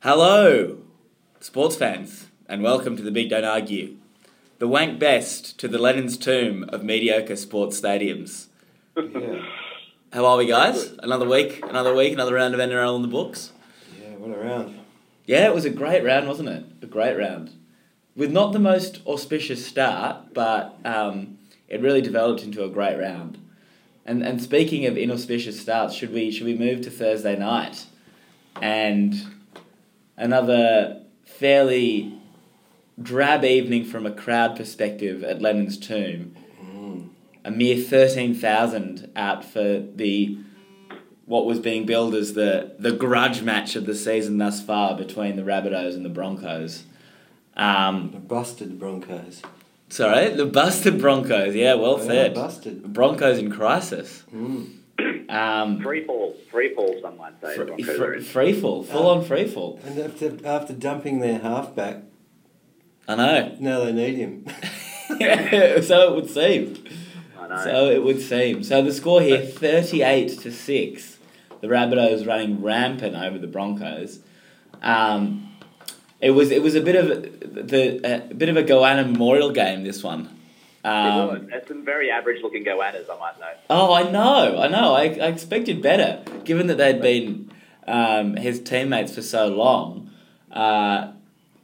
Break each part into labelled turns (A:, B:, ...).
A: Hello, sports fans, and welcome to the Big Don't Argue, the wank best to the Lennon's tomb of mediocre sports stadiums.
B: Yeah,
A: How are we, guys? Another week, another week, another round of NRL in the books.
B: yeah, went around.
A: Yeah, it was a great round, wasn't it? A great round. With not the most auspicious start, but um, it really developed into a great round. And, and speaking of inauspicious starts, should we, should we move to Thursday night? And another fairly drab evening from a crowd perspective at Lennon's Tomb. A mere 13,000 out for the what was being billed as the, the grudge match of the season thus far between the Rabbitohs and the Broncos. Um,
B: The busted Broncos.
A: sorry, the busted Broncos. Yeah, well
B: Yeah,
A: said.
B: busted.
A: Broncos in crisis.
B: Mm.
A: Um,
C: Free fall, free fall, some might say.
A: fr-
C: Broncos are
A: fr-
C: in.
A: free fall, full on free fall.
B: And after, after dumping their halfback,
A: I know.
B: now they need him.
A: so it would seem.
C: I know.
A: So it would seem. So the score here, thirty-eight to six. The Rabbitohs running rampant over the Broncos. Um, it was it was a bit of a- the a bit of a Goanna Memorial game. This one. Um,
C: There's some very average-looking goannas, I might know.
A: Oh, I know, I know. I, I expected better, given that they'd been um, his teammates for so long. Uh,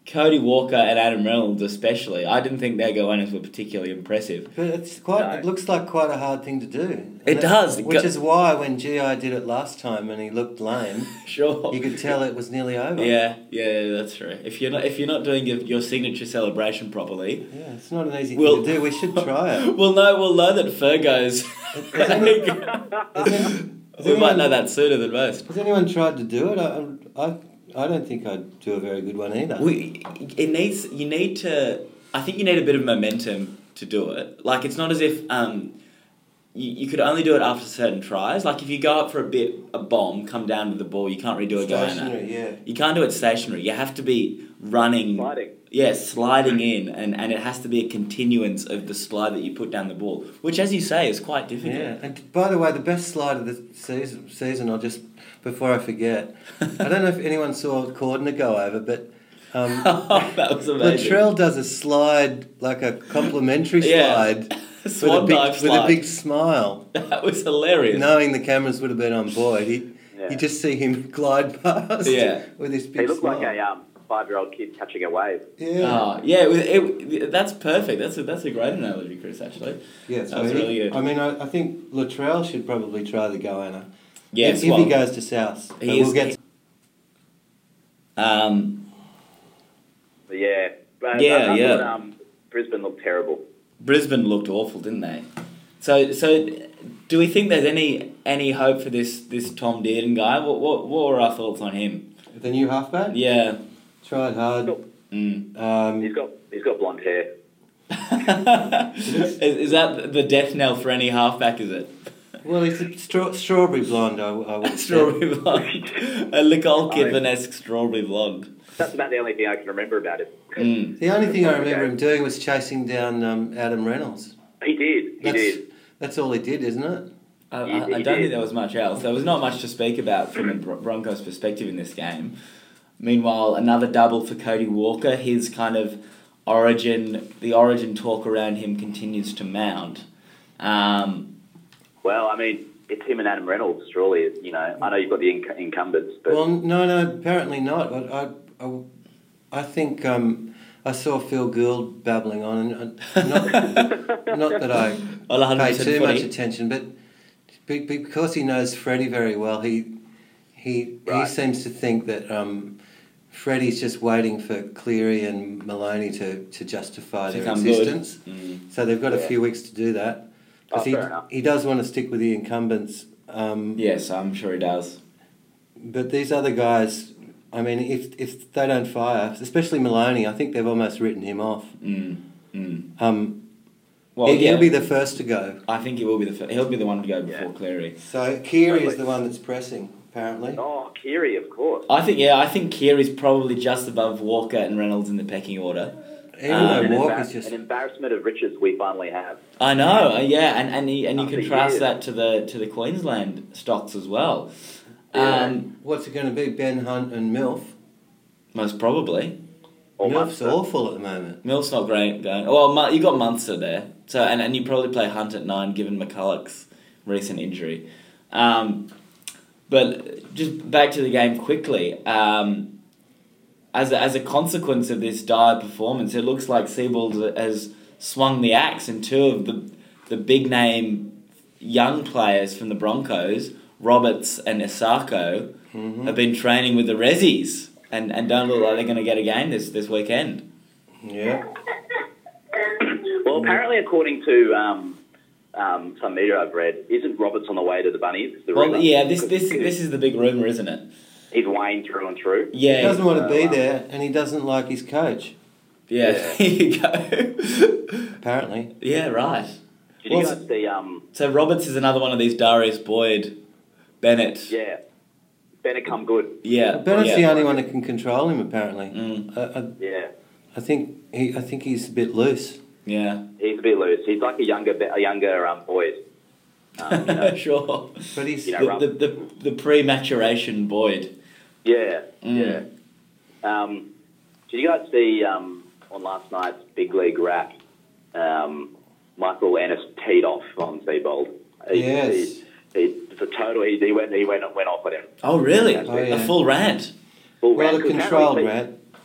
A: Cody Walker and Adam Reynolds, especially. I didn't think their goannas were particularly impressive.
B: But it's quite. It
C: No.
B: looks like quite a hard thing to do. And
A: It does. It
B: Which
A: go-
B: is why when Gi did it last time and he looked lame,
A: Sure.
B: you could tell it was nearly over.
A: Yeah, yeah, that's true. If you're not if you're not doing your, your signature celebration properly,
B: Yeah, it's not an easy
A: Well-
B: thing to do. We should try it.
A: we'll know we'll know that Fergo's.
B: Has
A: we might
B: anyone-
A: know that sooner than most.
B: Has anyone tried to do it? I, I, I don't think I'd do a very good one either.
A: We, it needs you need to. I think you need a bit of momentum to do it. Like it's not as if um, you, you could only do it after certain tries. Like if you go up for a bit, a bomb, come down with the ball, you can't redo a goanna.
B: Stationary, yeah.
A: You can't do it stationary. You have to be running.
C: Sliding.
A: Yeah, sliding in, and, and it has to be a continuance of the slide that you put down the ball, which, as you say, is quite difficult.
B: Yeah, and by the way, the best slide of the season, season I'll just, before I forget, I don't know if anyone saw Cordner go over, but um,
A: Oh, that was amazing.
B: Latrell does a slide, like a complimentary
A: Yeah.
B: slide,
A: Swan
B: with, a big,
A: dive
B: with a
A: slide.
B: big smile.
A: that was hilarious.
B: Knowing the cameras would have been on board, he,
C: Yeah.
B: you just see him glide past
A: Yeah.
B: with this big
C: He looked
B: smile.
C: like a um, five-year-old kid catching a wave.
B: yeah.
A: Oh, yeah, it, was- it, that's perfect. That's a, that's a great analogy, Chris, actually.
B: yeah,
A: that was
B: he-
A: really good.
B: I mean, I, I think Latrell should probably try the Goanna.
A: Yes,
B: if, if
A: well,
B: he goes to South, but
A: he
B: we'll
A: is-
B: get
A: um,
C: But yeah. But
A: Yeah,
C: I- I thought,
A: yeah.
C: Um, Brisbane looked terrible.
A: Brisbane looked awful, didn't they? So, so do we think there's any any hope for this this Tom Dearden guy? What what what were our thoughts on him?
B: the new halfback.
A: Yeah.
B: Tried hard.
A: Mm.
B: Um,
C: He's got he's got blonde hair.
A: is, is that the death knell for any halfback? Is it?
B: well, he's a straw, strawberry blonde, I, I would say.
A: strawberry blonde, a Nicole Kidman esque strawberry blonde.
C: That's about the only thing I can remember about him.
A: Mm.
B: The only thing I remember him doing was chasing down um, Adam Reynolds.
C: He did. He
B: That's,
C: did.
B: that's all he did, isn't it?
A: I, I,
C: He- he
A: I don't
C: did.
A: think there was much else. There was not much to speak about from a Bro- Broncos perspective in this game. Meanwhile, another double for Cody Walker. His kind of origin, the origin talk around him continues to mount. Um,
C: Well, I mean, it's him and Adam Reynolds, surely. You know, I know you've got the inc- incumbents, but
B: Well, no, no, apparently not. I, I, I, I think um, I saw Phil Gould babbling on, and uh, not, not that I
A: on 100%
B: pay too much
A: footy.
B: attention, but be- be- because he knows Freddie very well, he he he
C: Right.
B: seems to think that um, Freddie's just waiting for Cleary and Maloney to, to justify
A: To
B: their
A: come good. Mm.
B: existence.
C: Mm.
B: So they've got a
C: Yeah.
B: few weeks to do that
C: Oh,
B: because
C: fair enough.
B: he he does want to stick with the incumbents. Um,
A: Yes, I'm sure he does.
B: But these other guys, I mean, if if they don't fire, especially Maloney, I think they've almost written him off.
A: Mm. Mm.
B: Um,
A: Well,
B: he,
A: yeah,
B: He'll be the first to go.
A: I think he will be the fir- he'll be the one to go before
C: Yeah.
A: Cleary.
B: So Kiri is
C: Totally.
B: the one that's pressing, apparently.
C: oh, Kiri, of course.
A: I think yeah, I think Cleary's probably just above Walker and Reynolds in the pecking order.
B: Even
A: Um,
B: though
C: an,
B: Uh, Walker's
C: embar-
B: just
C: an embarrassment of riches we finally have.
A: I know, uh, yeah, and and, he, and you
C: After
A: contrast
C: years.
A: that to the to the Queensland stocks as well.
C: Yeah.
A: Um,
B: what's it going to be? Ben Hunt and Milf.
A: Most probably.
C: Or
B: Milf's
C: Munster.
B: awful at the moment.
A: Milf's not great going. Well, Mu- you got Munster there, so and, and you probably play Hunt at nine given McCulloch's recent injury. Um, but just back to the game quickly. Um, as a, as a consequence of this dire performance, it looks like Siebold has swung the axe, and two of the the big name young players from the Broncos, Roberts and Isako,
B: Mm-hmm.
A: have been training with the Rezzies, and, and don't look like they're going to get a game this this weekend.
B: Yeah.
C: Well, apparently, according to um, um, some media I've read, isn't Roberts on the way to the Bunnies? The
A: Well,
C: rumour?
A: yeah, this
C: 'Cause
A: this this is the big rumor, isn't it?
C: He's Wayne through and through.
B: He
A: Yeah,
B: doesn't want to be there and he doesn't like his coach,
A: yeah. There you go.
B: apparently.
A: yeah, right.
C: Did you
A: Well,
C: guys see? Um,
A: So Roberts is another one of these Darius Boyd, Bennett.
C: yeah, better come good.
A: yeah.
B: Bennett's
A: yeah.
B: the only one that can control him, apparently.
A: Mm.
B: I, I,
C: Yeah,
B: I think he, I think he's a bit loose.
A: yeah.
C: he's a bit loose. He's like a younger, a younger um, Boyd. Um, you know,
A: sure.
B: But he's
C: You know,
A: The, the, the, the pre-maturation Boyd.
C: yeah,
A: Mm.
C: yeah. Um, did you guys see um, on last night's big league wrap? Um, Michael Ennis teed off on Seabold. He,
B: Yes.
C: He, he, the total he, he went he went went off on him.
A: Oh, really?
C: Oh,
A: A
B: yeah.
A: full rant.
C: Full
B: Well, a
C: rant.
B: controlled
C: Apparently-
B: rat.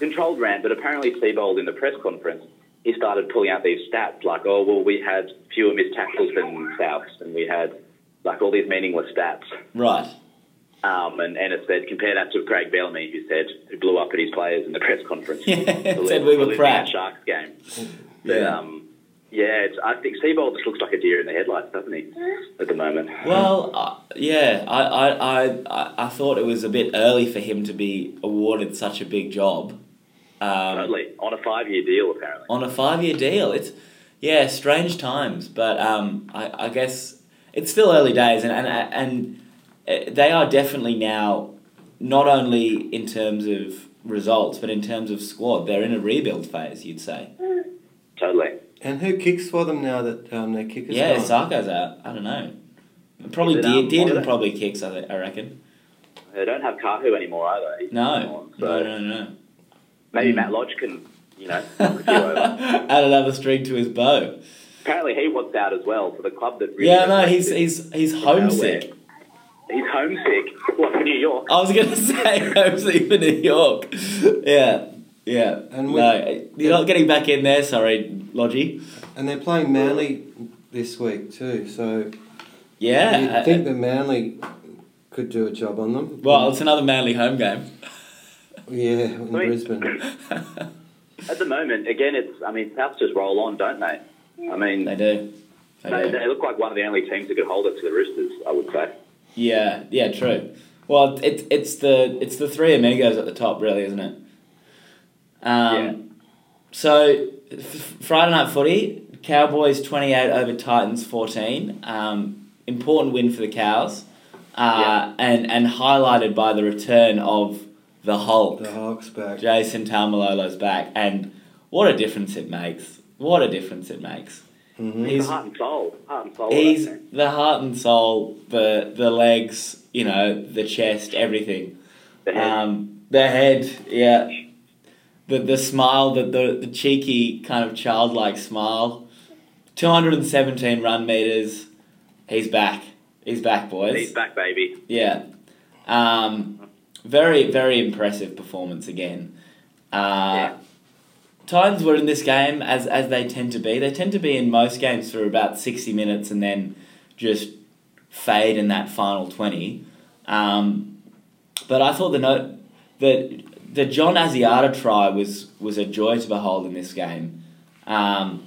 C: controlled rant, but apparently Seabold in the press conference, he started pulling out these stats like, oh, well, we had fewer missed tackles than Souths, and we had like all these meaningless stats.
A: Right.
C: Um, and Ennis said, compare that to Craig Bellamy, who said, who blew up at his players in the press conference.
A: Yeah,
C: for
A: said
C: losing-
A: we
C: for
A: were
C: losing
A: crap.
C: that Sharks game. But, um, yeah, it's, I think Seabold just looks like a deer in the headlights, doesn't he, at the moment?
A: Well, uh, yeah, I, I, I, I- I thought it was a bit early for him to be awarded such a big job. Um,
C: totally. On a five year deal, apparently.
A: on a five year deal. It's yeah, strange times, but um, I, I guess it's still early days, and and and uh, they are definitely now not only in terms of results, but in terms of squad, they're in a rebuild phase. You'd say,
C: Totally.
B: And who kicks for them now that um, their kicker's
A: yeah,
B: gone?
A: Sarko's out. I don't know. Probably
C: Is it,
A: Deer,
C: um,
A: Dearden
C: Holiday?
A: probably kicks. I, thi- I reckon.
C: They don't have Kahu anymore either. He's
A: No,
C: gone, so-
A: no, no, no.
C: Maybe
A: Mm.
C: Matt Lodge can, you know, knock a few over.
A: Add another string to his bow.
C: Apparently he wants out as well for the club that really
A: Yeah, no, he's
C: attracted him
A: he's he's
C: from nowhere.
A: homesick.
C: He's homesick. What, for New York?
A: I was gonna say homesick for New York. Yeah, yeah.
B: And
A: And
B: we-
A: no, you're not getting back in there. Sorry, Lodgy.
B: And they're playing Manly this week too, so
A: Yeah. uh,
B: you'd
A: I-
B: think that Manly could do a job on them.
A: well, it's another Manly home game.
B: yeah, in
C: Wait.
B: Brisbane.
C: At the moment, again, it's, I mean, Souths just roll on, don't they? I mean,
A: They do. They
C: they,
A: do.
C: they look like one of the only teams that could hold it to the Roosters, I would say.
A: Yeah. Yeah. True. Well, it's it's the it's the three amigos at the top, really, isn't it? Um,
C: Yeah.
A: So f- Friday night footy, Cowboys twenty eight over Titans fourteen. Um, important win for the cows, uh, and and highlighted by the return of the Hulk.
B: The Hawks back.
A: Jason Tamalolo's back, and what a difference it makes! What a difference it makes.
B: Mhm.
A: He's
C: heart and soul. Heart and soul. of
A: he's
C: that team.
A: the heart and soul, the the legs, you know, the chest, everything.
C: The head.
A: Um, the head, yeah. The the smile, the, the, the cheeky kind of childlike smile. 217 run meters. He's back. He's back, boys.
C: he's back, baby.
A: Yeah. Um, very, very impressive performance again. Uh,
C: Yeah.
A: Titans were in this game, as, as they tend to be. They tend to be in most games for about 60 minutes and then just fade in that final 20. Um, but I thought the note that the John Asiata try was, was a joy to behold in this game. Um,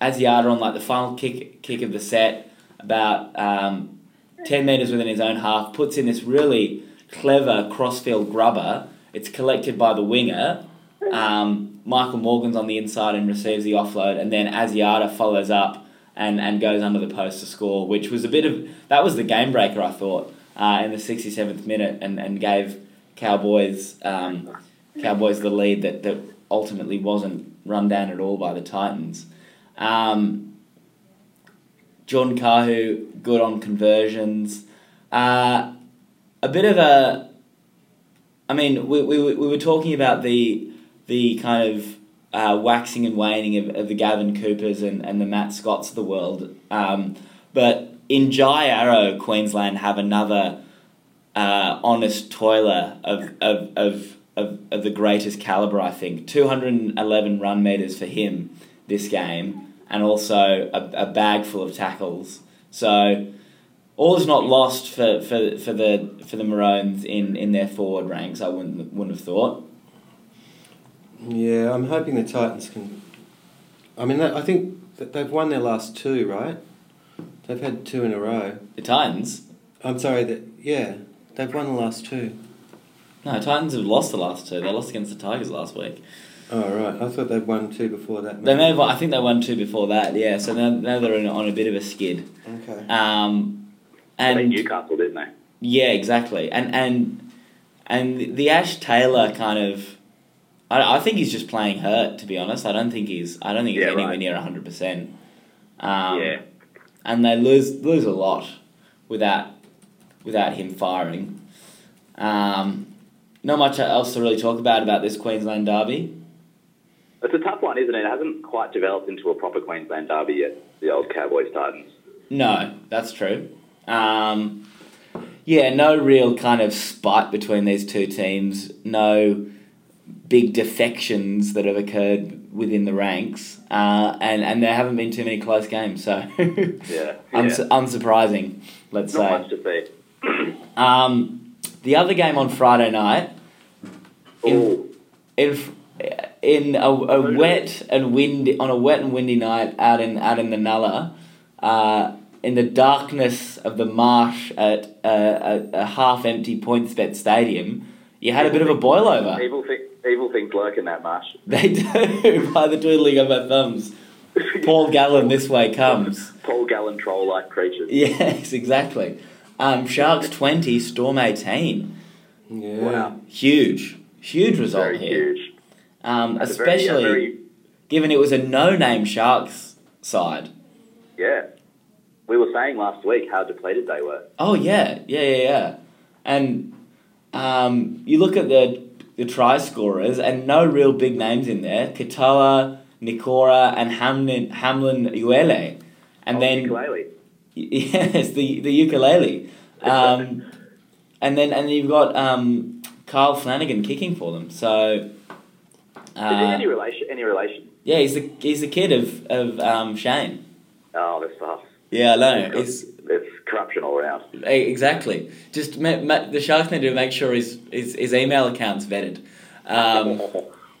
A: Asiata on like the final kick kick of the set, about um, 10 metres within his own half, puts in this really clever crossfield grubber. It's collected by the winger. Um, Michael Morgan's on the inside and receives the offload, and then Asiata follows up and, and goes under the post to score, which was a bit of that was the game breaker, I thought, uh, in the 67th minute and, and gave Cowboys um, Cowboys the lead that, that ultimately wasn't run down at all by the Titans. Um, John Kahu, good on conversions. Uh, a bit of a I mean, we, we, were- we were talking about the the kind of uh, waxing and waning of, of the Gavin Coopers and, and the Matt Scotts of the world. Um, but in Jai Arrow, Queensland have another uh, honest toiler of, of, of, of, of the greatest caliber, I think. 211 run meters for him this game, and also a, a bag full of tackles. So all is not lost for, for, for the for the Maroons in, in their forward ranks. I wouldn't wouldn't have thought.
B: Yeah, I'm hoping the Titans can. I mean, that, I think that they've won their last two, right? They've had two in a row.
A: The Titans,
B: I'm sorry that yeah, they've won the last two.
A: no, Titans have lost the last two. They lost against the Tigers last week.
B: Oh right, I thought they'd won two before that.
A: They may have, won- I think they won two before that. Yeah, so now, now they're in, on a bit of a skid.
B: Okay.
A: Um,
C: They
A: and
C: Newcastle, didn't they?
A: Yeah, exactly. And and and the Ash Taylor kind of I, I think he's just playing hurt to be honest. I don't think he's I don't think he's
C: Yeah,
A: anywhere
C: right.
A: near hundred percent. Um
C: yeah.
A: and they lose lose a lot without without him firing. Um not much else to really talk about about this Queensland derby.
C: It's a tough one, isn't it? It hasn't quite developed into a proper Queensland derby yet, the old Cowboys Titans.
A: No, that's true. Um, yeah, no real kind of spite between these two teams. No big defections that have occurred within the ranks, uh, and and there haven't been too many close games. So,
C: Yeah.
A: uns-
C: yeah.
A: unsurprising, let's
C: Not
A: say.
C: much to see.
A: Um, the other game on Friday night In-
C: Ooh,
A: in f- in a, a wet and windy on a wet and windy night out in out in the Nulla, uh, in the darkness of the marsh at a, a, a half empty Pointsbet Stadium, you had a bit of a boil over.
C: evil, thi- evil things lurk in that marsh.
A: They do by the twiddling of my thumbs. Paul Gallen, this way comes.
C: Paul Gallen troll like creatures.
A: Yes, exactly. Um, Sharks twenty, Storm eighteen.
B: yeah.
C: Wow.
A: Huge, huge result
C: Very
A: here.
C: huge.
A: Um,
C: It's a very- a
A: especially.
C: very-
A: given it was a no-name Sharks side.
C: yeah. We were saying last week how depleted they were.
A: Oh yeah, yeah, yeah, yeah. And um, you look at the the try scorers, and no real big names in there: Katoa, Nikora, and Hamlin Hamlin Uele. And
C: Oh,
A: then
C: ukulele.
A: yes, the the ukulele. Um, and then and then you've got um, Kyle Flanagan kicking for them. So.
C: Is he
A: Uh,
C: any relation? Any relation?
A: yeah, he's the he's the kid of of um, Shane.
C: Oh, that's tough.
A: Yeah, I know.
C: It's, it's corruption all around.
A: E- Exactly. Just ma- ma- the Sharks need to make sure his, his, his email account's vetted. Um,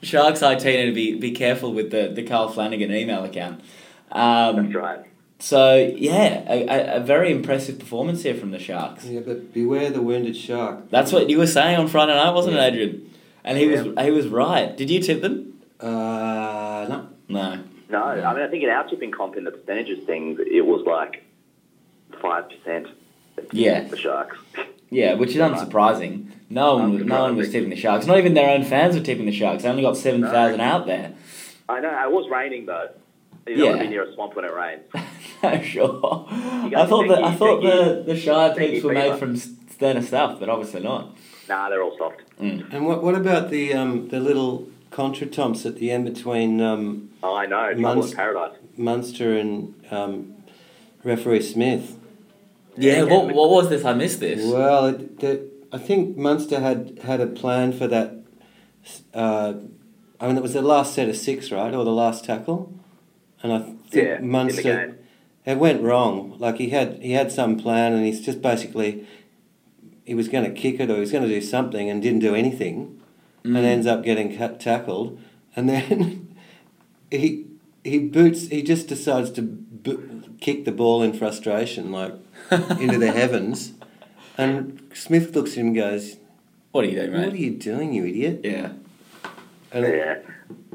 A: Sharks IT need to be, be careful with the, the Carl Flanagan email account.
C: that's
A: Um,
C: right.
A: so, yeah, a, a, a very impressive performance here from the Sharks.
B: Yeah, but beware the wounded shark.
A: That's what you were saying on Friday night, wasn't
B: Yeah.
A: it, Adrian? And he was he was right. Did you tip them?
B: Uh, no.
A: No.
C: No, I mean, I think in our tipping comp in the percentages thing, it was like 5%
A: Yeah,
C: the Sharks.
A: yeah, which is unsurprising. No one, was- no one was tipping the Sharks. Not even their own fans were tipping the Sharks. They only got seven thousand out there.
C: I know, it was raining though. You don't want
A: Yeah.
C: to be near a swamp when it rains.
A: No, sure. I
C: guys
A: thought
C: think
A: that I
C: you-
A: thought
C: think
A: the the Shire
C: think
A: peaks
C: you
A: were made
C: favour.
A: from s- sterner stuff, but obviously not.
C: Nah, they're all soft.
B: And what what about the um the little contretemps at the end between um
C: Oh, I know, trouble
B: Months-
C: in paradise.
B: Munster and um referee Smith?
A: Yeah.
C: Yeah,
A: What
C: yeah.
A: What was this? I missed this.
B: Well, it, the, I think Munster had had a plan for that. Uh, I mean, it was the last set of six, right, or the last tackle, and I think
C: Yeah, in the game.
B: Munster it went wrong. Like he had he had some plan, and he's just basically he was going to kick it or he was going to do something and didn't do anything,
C: Mm.
B: and ends up getting cut, tackled, and then he he boots he just decides to bo- kick the ball in frustration like into the heavens. And Smith looks at him and goes,
A: What are you doing,
B: What are
A: mate?
B: you doing, you idiot?
A: Yeah.
B: And
C: Yeah.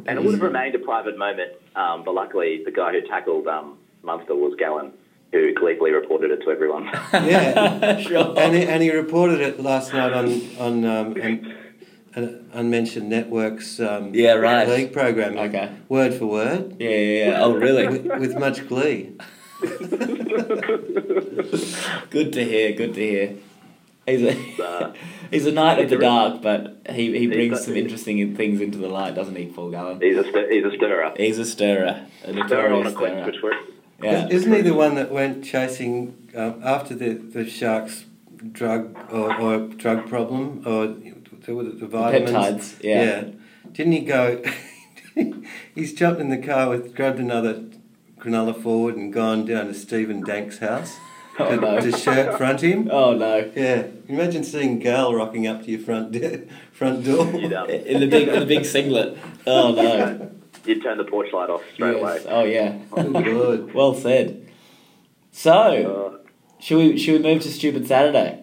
C: And it would have remained a private moment, um, but luckily the guy who tackled um, Munster was Gallen, who gleefully reported it to everyone.
B: yeah.
A: sure.
B: and, he, and he reported it last night on, on um, an, an unmentioned networks um,
A: Yeah, right.
B: league program.
A: Okay.
B: Word for word.
A: yeah, yeah, yeah. Oh, really?
B: With, with much glee.
A: good to hear. Good to hear. He's a,
C: Uh,
A: he's a knight of
C: he's
A: the
C: a real-
A: dark, but he, he
C: He's
A: brings
C: got-
A: some interesting things into the light, doesn't he, Paul Gallen?
C: He's a stir- he's a stirrer.
A: He's a stirrer, a
C: Stirrer on a
A: notorious
C: quest
A: stirrer.
C: for truth.
A: Yeah.
B: Isn't he the one that went chasing um, after the, the sharks' drug or, or drug problem or the, the vitamins?
A: peptides, yeah.
B: Didn't he go? he's jumped in the car with grabbed another granola forward and gone down to Stephen Dank's house
A: Oh,
B: to,
A: no.
B: to shirt front him.
A: Oh no!
B: Yeah, imagine seeing Gal rocking up to your front de- front door.
C: You'd, um,
A: In the big, in the big singlet. Oh no!
C: you'd turn the porch light off straight
A: Yes.
C: away.
A: Oh yeah.
B: Good lord.
A: well said. So,
C: Uh,
A: should we should we move to Stupid Saturday?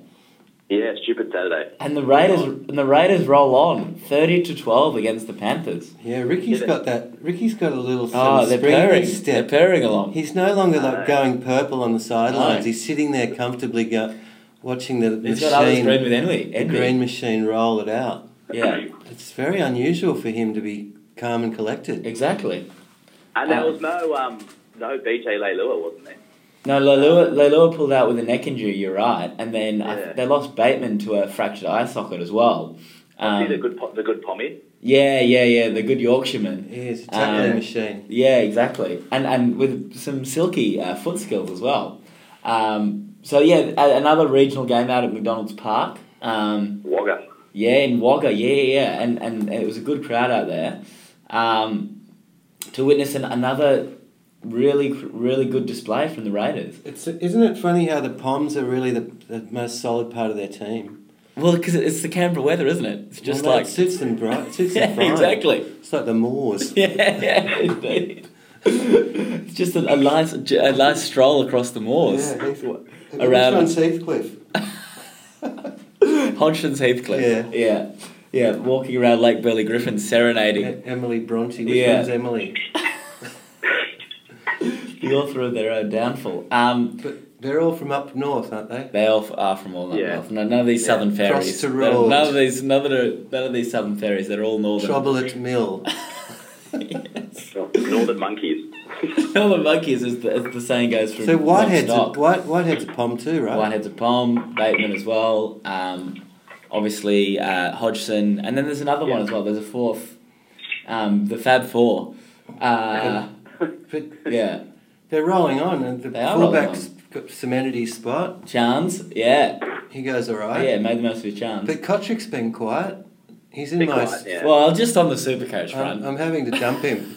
C: yeah, stupid Saturday.
A: And the Raiders and the Raiders roll on thirty to twelve against the Panthers.
B: Yeah, Ricky's
C: Did it.
B: got that. Ricky's got a little sort
A: Oh,
B: of
A: they're
B: spring in his
A: purring. They're
B: step.
A: purring along.
B: He's no longer like
C: No.
B: going purple on the sidelines.
A: No.
B: He's sitting there comfortably go, watching the
A: He's got Alice
B: machine,
A: Green with Envy.
B: the
A: Envy.
B: green machine roll it out.
A: Yeah,
B: It's very unusual for him to be calm and collected.
A: exactly.
C: And there
A: Um,
C: was no um no BJ Leilua, wasn't there?
A: No, Leilua, Leilua pulled out with a neck injury, you're right. And then I
C: Yeah.
A: th they lost Bateman to a fractured eye socket as well.
C: See the
A: Um,
C: good po- the good pommy.
A: yeah, yeah, yeah, the good Yorkshireman.
B: Yeah, it's a tackling
A: Um,
B: machine.
A: Yeah, exactly. And, and with some silky uh, foot skills as well. Um, so, yeah, a- another regional game out at McDonald's Park. Um,
C: Wagga.
A: Yeah, in Wagga, yeah, yeah, yeah. And, and it was a good crowd out there. Um, to witness an, another really, really good display from the Raiders.
B: It's, isn't it funny how the Poms are really the, the most solid part of their team?
A: Well, because it's the Canberra weather, isn't it? It's just
B: Well, no,
A: like.
B: it suits them bright. It suits
A: yeah,
B: them fine.
A: exactly.
B: It's like the Moors.
A: Yeah, yeah, indeed. it's just a, a, nice, a nice stroll across the moors.
B: Yeah, Heath-
A: Around-
B: Which one's Heathcliff?
A: Hodgson's Heathcliff.
B: Yeah.
A: Yeah. Yeah, walking around Lake Burley Griffin, serenading
B: E- Emily Bronte. Which
A: Yeah.
B: one's Emily?
A: the author of their own downfall. Um,
B: But they're all from up north, aren't they?
A: They all f- are from all up
C: Yeah.
A: north. No, none of these
C: Yeah.
A: southern
B: Across
A: fairies.
B: the
A: They're-
B: road.
A: None of these. None of, the, none of these southern fairies. They're all northern.
B: Trouble at Mill.
A: Yes.
C: Northern monkeys.
A: All the monkeys, as the, as the saying goes, from
B: So Whitehead's a,
A: Lock, Stock.
B: White, Whitehead's a pom too, right?
A: Whitehead's a pom. Bateman as well. Um, obviously uh, Hodgson, and then there's another one
C: Yeah.
A: as well. There's a fourth. Um, the Fab Four. Uh,
B: But
A: yeah,
B: they're rolling on, and the
A: They are rolling
B: fullback's got Simonides' spot.
A: Chance. Yeah, Oh,
B: He goes all right.
A: yeah, made the most of his chance.
B: But Kotrick's been quiet. He's in
C: Be
B: my.
C: quiet, yeah.
A: Well, just on the supercoach front,
B: I'm, I'm having to dump him.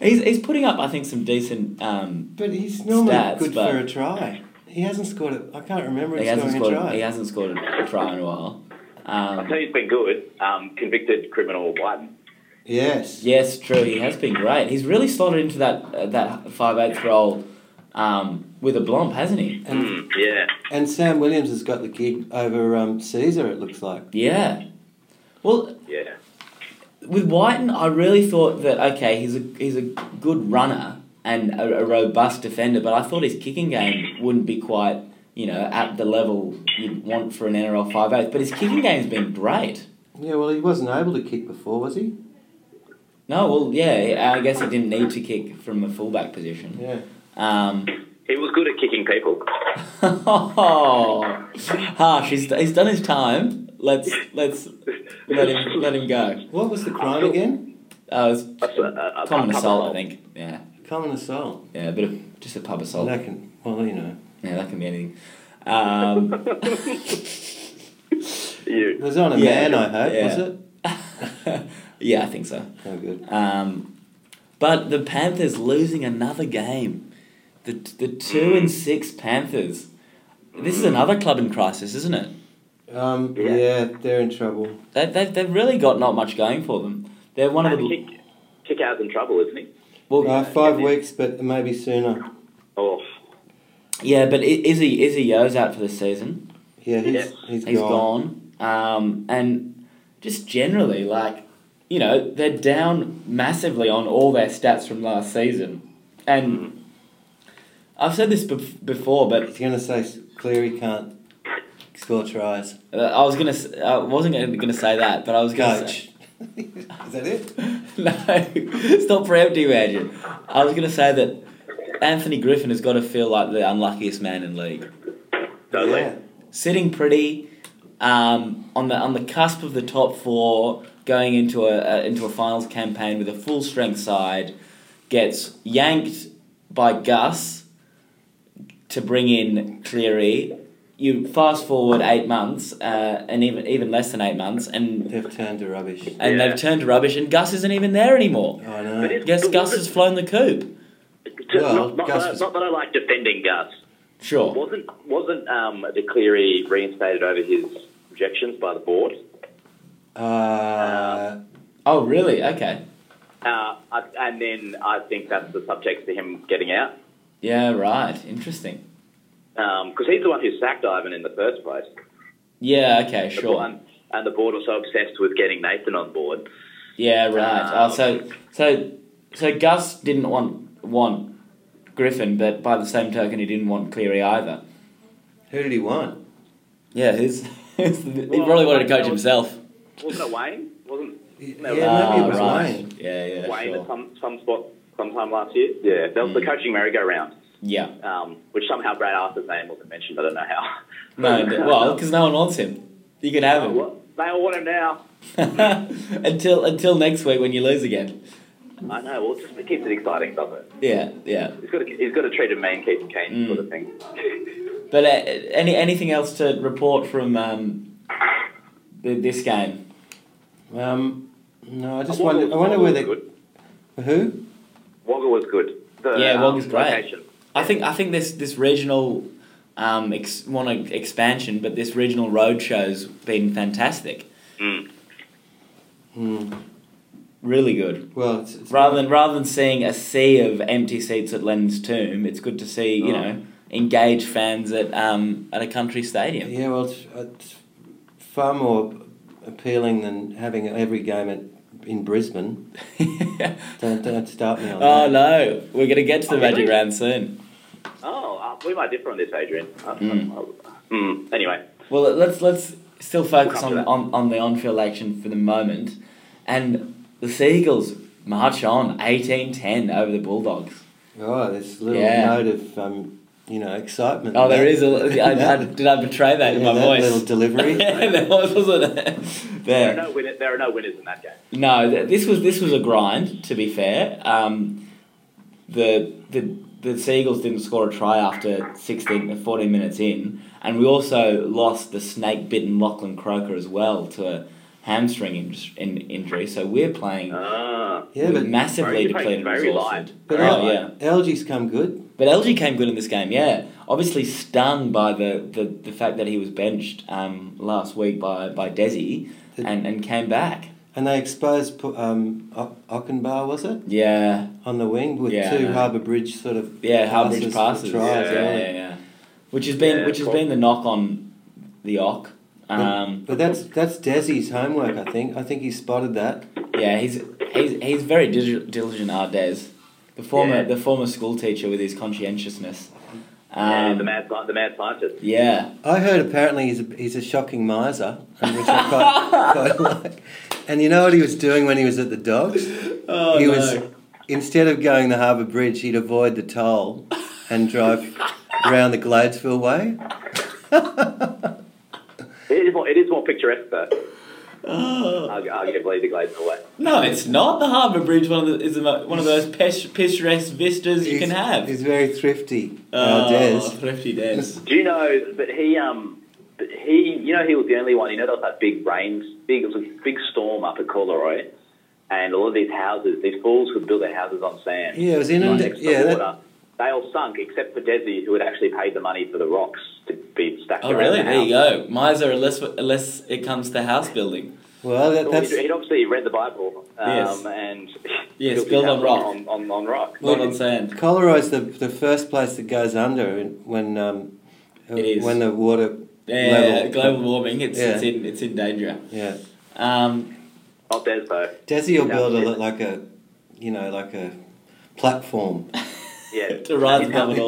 A: he's, he's putting up, I think, some decent um,
B: But he's normally
A: Stats,
B: good
A: but-
B: for a try. He hasn't scored it. I can't remember him
A: He hasn't
B: scoring
A: scored.
B: a try.
A: He hasn't scored a try in a while.
C: I
A: Um,
C: tell you, it's been good. Um, convicted criminal Whiten.
B: Yes.
A: yes, true. He has been great. He's really slotted into that uh, that five eighth role um, with a blomp, hasn't he?
B: And,
C: Mm, yeah.
B: and Sam Williams has got the gig over um, Caesar. It looks like.
A: Yeah. Well,
C: Yeah.
A: with Whiten, I really thought that okay, he's a he's a good runner and a, a robust defender, but I thought his kicking game wouldn't be quite you know at the level you'd want for an NRL five eighth. But his kicking game's been great.
B: Yeah. Well, he wasn't able to kick before, was he?
A: No, well, yeah, I guess he didn't need to kick from a fullback position.
B: Yeah.
A: Um,
C: He was good at kicking people.
A: oh, harsh. He's, he's done his time. Let's let's let him let him go.
B: What was the crime again?
A: Uh, it's
C: A- a- a-
A: common
C: a-
A: assault, I think. Yeah,
B: Common assault.
A: yeah, a bit of just a pub assault.
B: That can. Well, you know.
A: Yeah, that can be anything. Um,
B: It
C: You.
B: was on a
A: Yeah.
B: man, I hope,
A: Yeah.
B: was it?
A: yeah, I think so.
B: Oh, good.
A: Um, but the Panthers losing another game. The the two and six Panthers. This is another club in crisis, isn't it?
B: Um, yeah.
C: Yeah.
B: they're in trouble.
A: They they've, they've really got not much going for them. They're one of the
C: And kick, kick out's in trouble, isn't he?
A: well,
B: Uh, five weeks, but maybe sooner.
C: Oh,
A: yeah, but I- Izzy Izzy Yo's out for the season.
B: Yeah, he's,
C: Yes.
A: He's gone. Um, and just generally, like, you know, they're down massively on all their stats from last season. And I've said this bef- before, but
B: He's going to say Cleary can't score tries.
A: uh, I was gonna, s- I wasn't gonna gonna say that, but I was gonna
B: Coach. Is that it?
A: say no. Stop preempting, Andrew. I was gonna say that Anthony Griffin has got to feel like the unluckiest man in league.
C: does
B: yeah.
C: he?
A: sitting pretty um, on the on the cusp of the top four, going into a, a into a finals campaign with a full strength side, gets yanked by Gus to bring in Cleary. You fast forward eight months, uh, and even even less than eight months, and
B: They've turned to rubbish.
A: and
C: Yeah.
A: they've turned to rubbish. And Gus isn't even there anymore.
B: I
C: But
B: know.
C: it's-
A: Guess Gus has flown the coop.
C: Just
B: Well,
C: not, not,
B: Gus
C: that,
B: was-
C: not that I like defending Gus.
A: Sure.
C: Wasn't wasn't um, the Cleary reinstated over his objections by the board?
B: Uh,
A: Oh, really? Okay.
C: Uh, I, and then I think that's the subject to him getting out
A: Yeah. Right. Interesting.
C: because Um, he's the one who sacked Ivan in the first place.
A: Yeah. Okay.
C: The
A: Sure.
C: one- and the board was so obsessed with getting Nathan on board.
A: Yeah, right.
C: Um,
B: Uh,
A: oh, so so so Gus didn't want want Griffin, but by the same token, he didn't want Cleary either.
B: who did he want?
A: Yeah, who's, who's the, he
C: Well,
A: probably wanted to
C: that
A: coach
C: was-
A: himself.
C: Wasn't it Wayne? Wasn't
B: Yeah,
A: Ah,
B: maybe it was
A: right.
B: Wayne.
A: Yeah, yeah,
C: Wayne
A: sure.
C: at some, some spot sometime last year? Yeah, that was the
A: Mm.
C: coaching merry-go-round,
A: Yeah.
C: um, which somehow Brad Arthur's name wasn't mentioned. I don't know how.
A: No, d- well, because no one wants him. You can have
C: Oh,
A: him
C: well, they all want him now.
A: until until next week when you lose again.
C: I know. Well, it just it keeps it exciting, doesn't it?
A: Yeah, yeah.
C: He's got to, he's got to treat him mean, keep him keen,
A: Mm.
C: sort of thing.
A: But uh, any anything else to report from um, th- this game?
B: Um, no, I just
C: Woggle-
B: wonder. I wonder
C: Woggle
B: where
C: was
B: they.
C: good.
B: Who?
C: Woggle was good. The,
A: Yeah,
C: um,
A: Woggle's great.
C: location.
A: I think I think this this regional um ex, want an expansion, but this regional road show's been fantastic.
C: Mm.
B: Hmm.
A: Really good.
B: Well, it's, it's
A: Rather than rather than seeing a sea of empty seats at Len's Tomb, it's good to see you
B: Oh.
A: know engaged fans at um at a country stadium.
B: Yeah, well, it's, uh, it's far more appealing than having every game at, in Brisbane. Don't, don't start me on
A: oh
B: that.
A: no, we're gonna get to the
C: Oh,
A: magic
C: really?
A: round soon.
C: Oh, uh, we might differ on this, Adrian. Uh,
A: Mm.
C: uh, mm. Anyway,
A: Well, let's let's still focus
C: We'll
A: on,
C: come to
A: on on the on field action for the moment, and the Seagulls march on 18-10 over the Bulldogs.
B: Oh, there's a little
A: Yeah.
B: note of, um, you know, excitement.
A: Oh, there
B: That-
A: is a. I, I,
B: that-
A: did I betray that in
B: yeah,
A: my
B: that
A: voice?
B: little delivery.
A: yeah, there was, wasn't it?
C: there are
A: There.
C: no winners. There are no winners in that game.
A: No, th- this was this was a grind. To be fair, um, the the the Seagulls didn't score a try after 16, 14 minutes in, and we also lost the snake bitten Lachlan Croker as well to a hamstring inj- in, injury. So we're playing
C: Ah,
B: yeah,
A: with
B: but,
A: massively
C: You're playing
A: depleted
C: very
A: resources.
C: light.
B: but
C: Very
A: oh
B: L-
A: yeah,
B: LG's come good.
A: but LG came good in this game, yeah. Obviously stung by the, the, the fact that he was benched um, last week by, by Desi and, and came back.
B: And they exposed Pu- um, O- Ockenbar, was it?
A: Yeah,
B: On the wing with
A: Yeah, I
B: two
A: know.
B: Harbour Bridge sort of
A: yeah,
B: passes
A: Harbridge
B: for
A: passes.
B: tries,
A: yeah,
B: yeah.
A: yeah, yeah. Which has been
C: Yeah,
A: which has
C: cool.
A: been the knock on the Ock. Um,
B: But that's that's Desi's homework, I think. I think he spotted that.
A: yeah, he's he's he's very digi- diligent. Ardez, the former
C: Yeah.
A: the former school teacher with his conscientiousness.
C: yeah, the
A: Um,
C: mad sci- the mad scientist.
A: yeah,
B: I heard apparently he's a, he's a shocking miser, and which I quite, quite like. And you know what he was doing when he was at the docks?
A: oh,
B: he was instead of going the Harbour Bridge, he'd avoid the toll and drive round the Gladesville Way.
C: It is more. It is more picturesque though. Argu- Arguably, the Glades away.
A: No, it's not. The Harbour Bridge one of the, is the, mo- one of those pes- picturesque vistas you
B: He's-
A: can have.
B: He's very thrifty.
A: Oh,
B: Oh, Des.
A: thrifty Des.
C: Do you know? But he, um, but he, you know, he was the only one. You know, there was that big rain, big, it was a big storm up at Coleroy, and all of these houses, these fools could build their houses on sand.
B: Yeah, it was in
A: Right
B: and
C: Next to
B: yeah.
C: the
B: That,
C: water. They all sunk except for Desi, who had actually paid the money for the rocks to be stacked
A: Oh,
C: around
A: really?
C: the
A: There you
C: house.
A: go. Miser, unless unless it comes to house building.
B: well, that,
C: Well,
B: that's
C: he'd, he'd obviously read the Bible, um,
A: Yes.
C: and
A: Yes,
C: built his
A: build on
C: house
A: rock.
C: On, on, on rock.
A: Not on sand.
B: Coleroy's the the first place that goes under in- when um,
A: It is.
B: when the water
A: Yeah,
B: level-
A: global warming. It's
B: Yeah.
A: it's in it's in danger.
B: yeah.
A: Um,
C: Not Des though.
B: Desi will
C: Yeah.
B: build a lot like a, you know, like a platform.
C: Yeah,
A: to rise
C: His
A: above
C: house-
A: it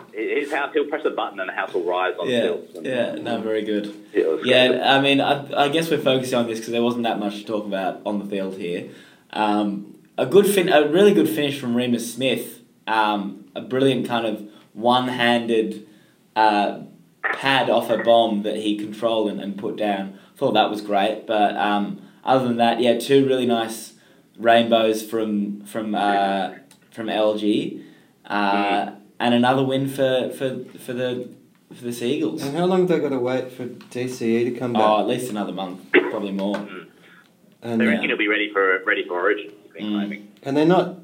A: all.
C: His house, he'll press a button and the house will rise on
A: Yeah,
C: stilts. And,
A: yeah. No, very good.
C: it was great.
A: Yeah, I mean, I, I guess we're focusing on this because there wasn't that much to talk about on the field here. Um, a good fin- a really good finish from Remus Smith. Um, a brilliant kind of one-handed uh, pad off a bomb that he controlled and, and put down. Thought that was great, but um, other than that, yeah, two really nice rainbows from from uh, from LG, uh,
C: Mm.
A: and another win for for for the for the Seagulls.
B: And how long have they got to wait for DCE to come back?
A: Oh, at least another month, probably more.
B: and,
C: They
A: Yeah.
C: reckon he'll be ready for ready for Origin. he's been
A: uh, Mm.
C: claiming.
B: and they're not.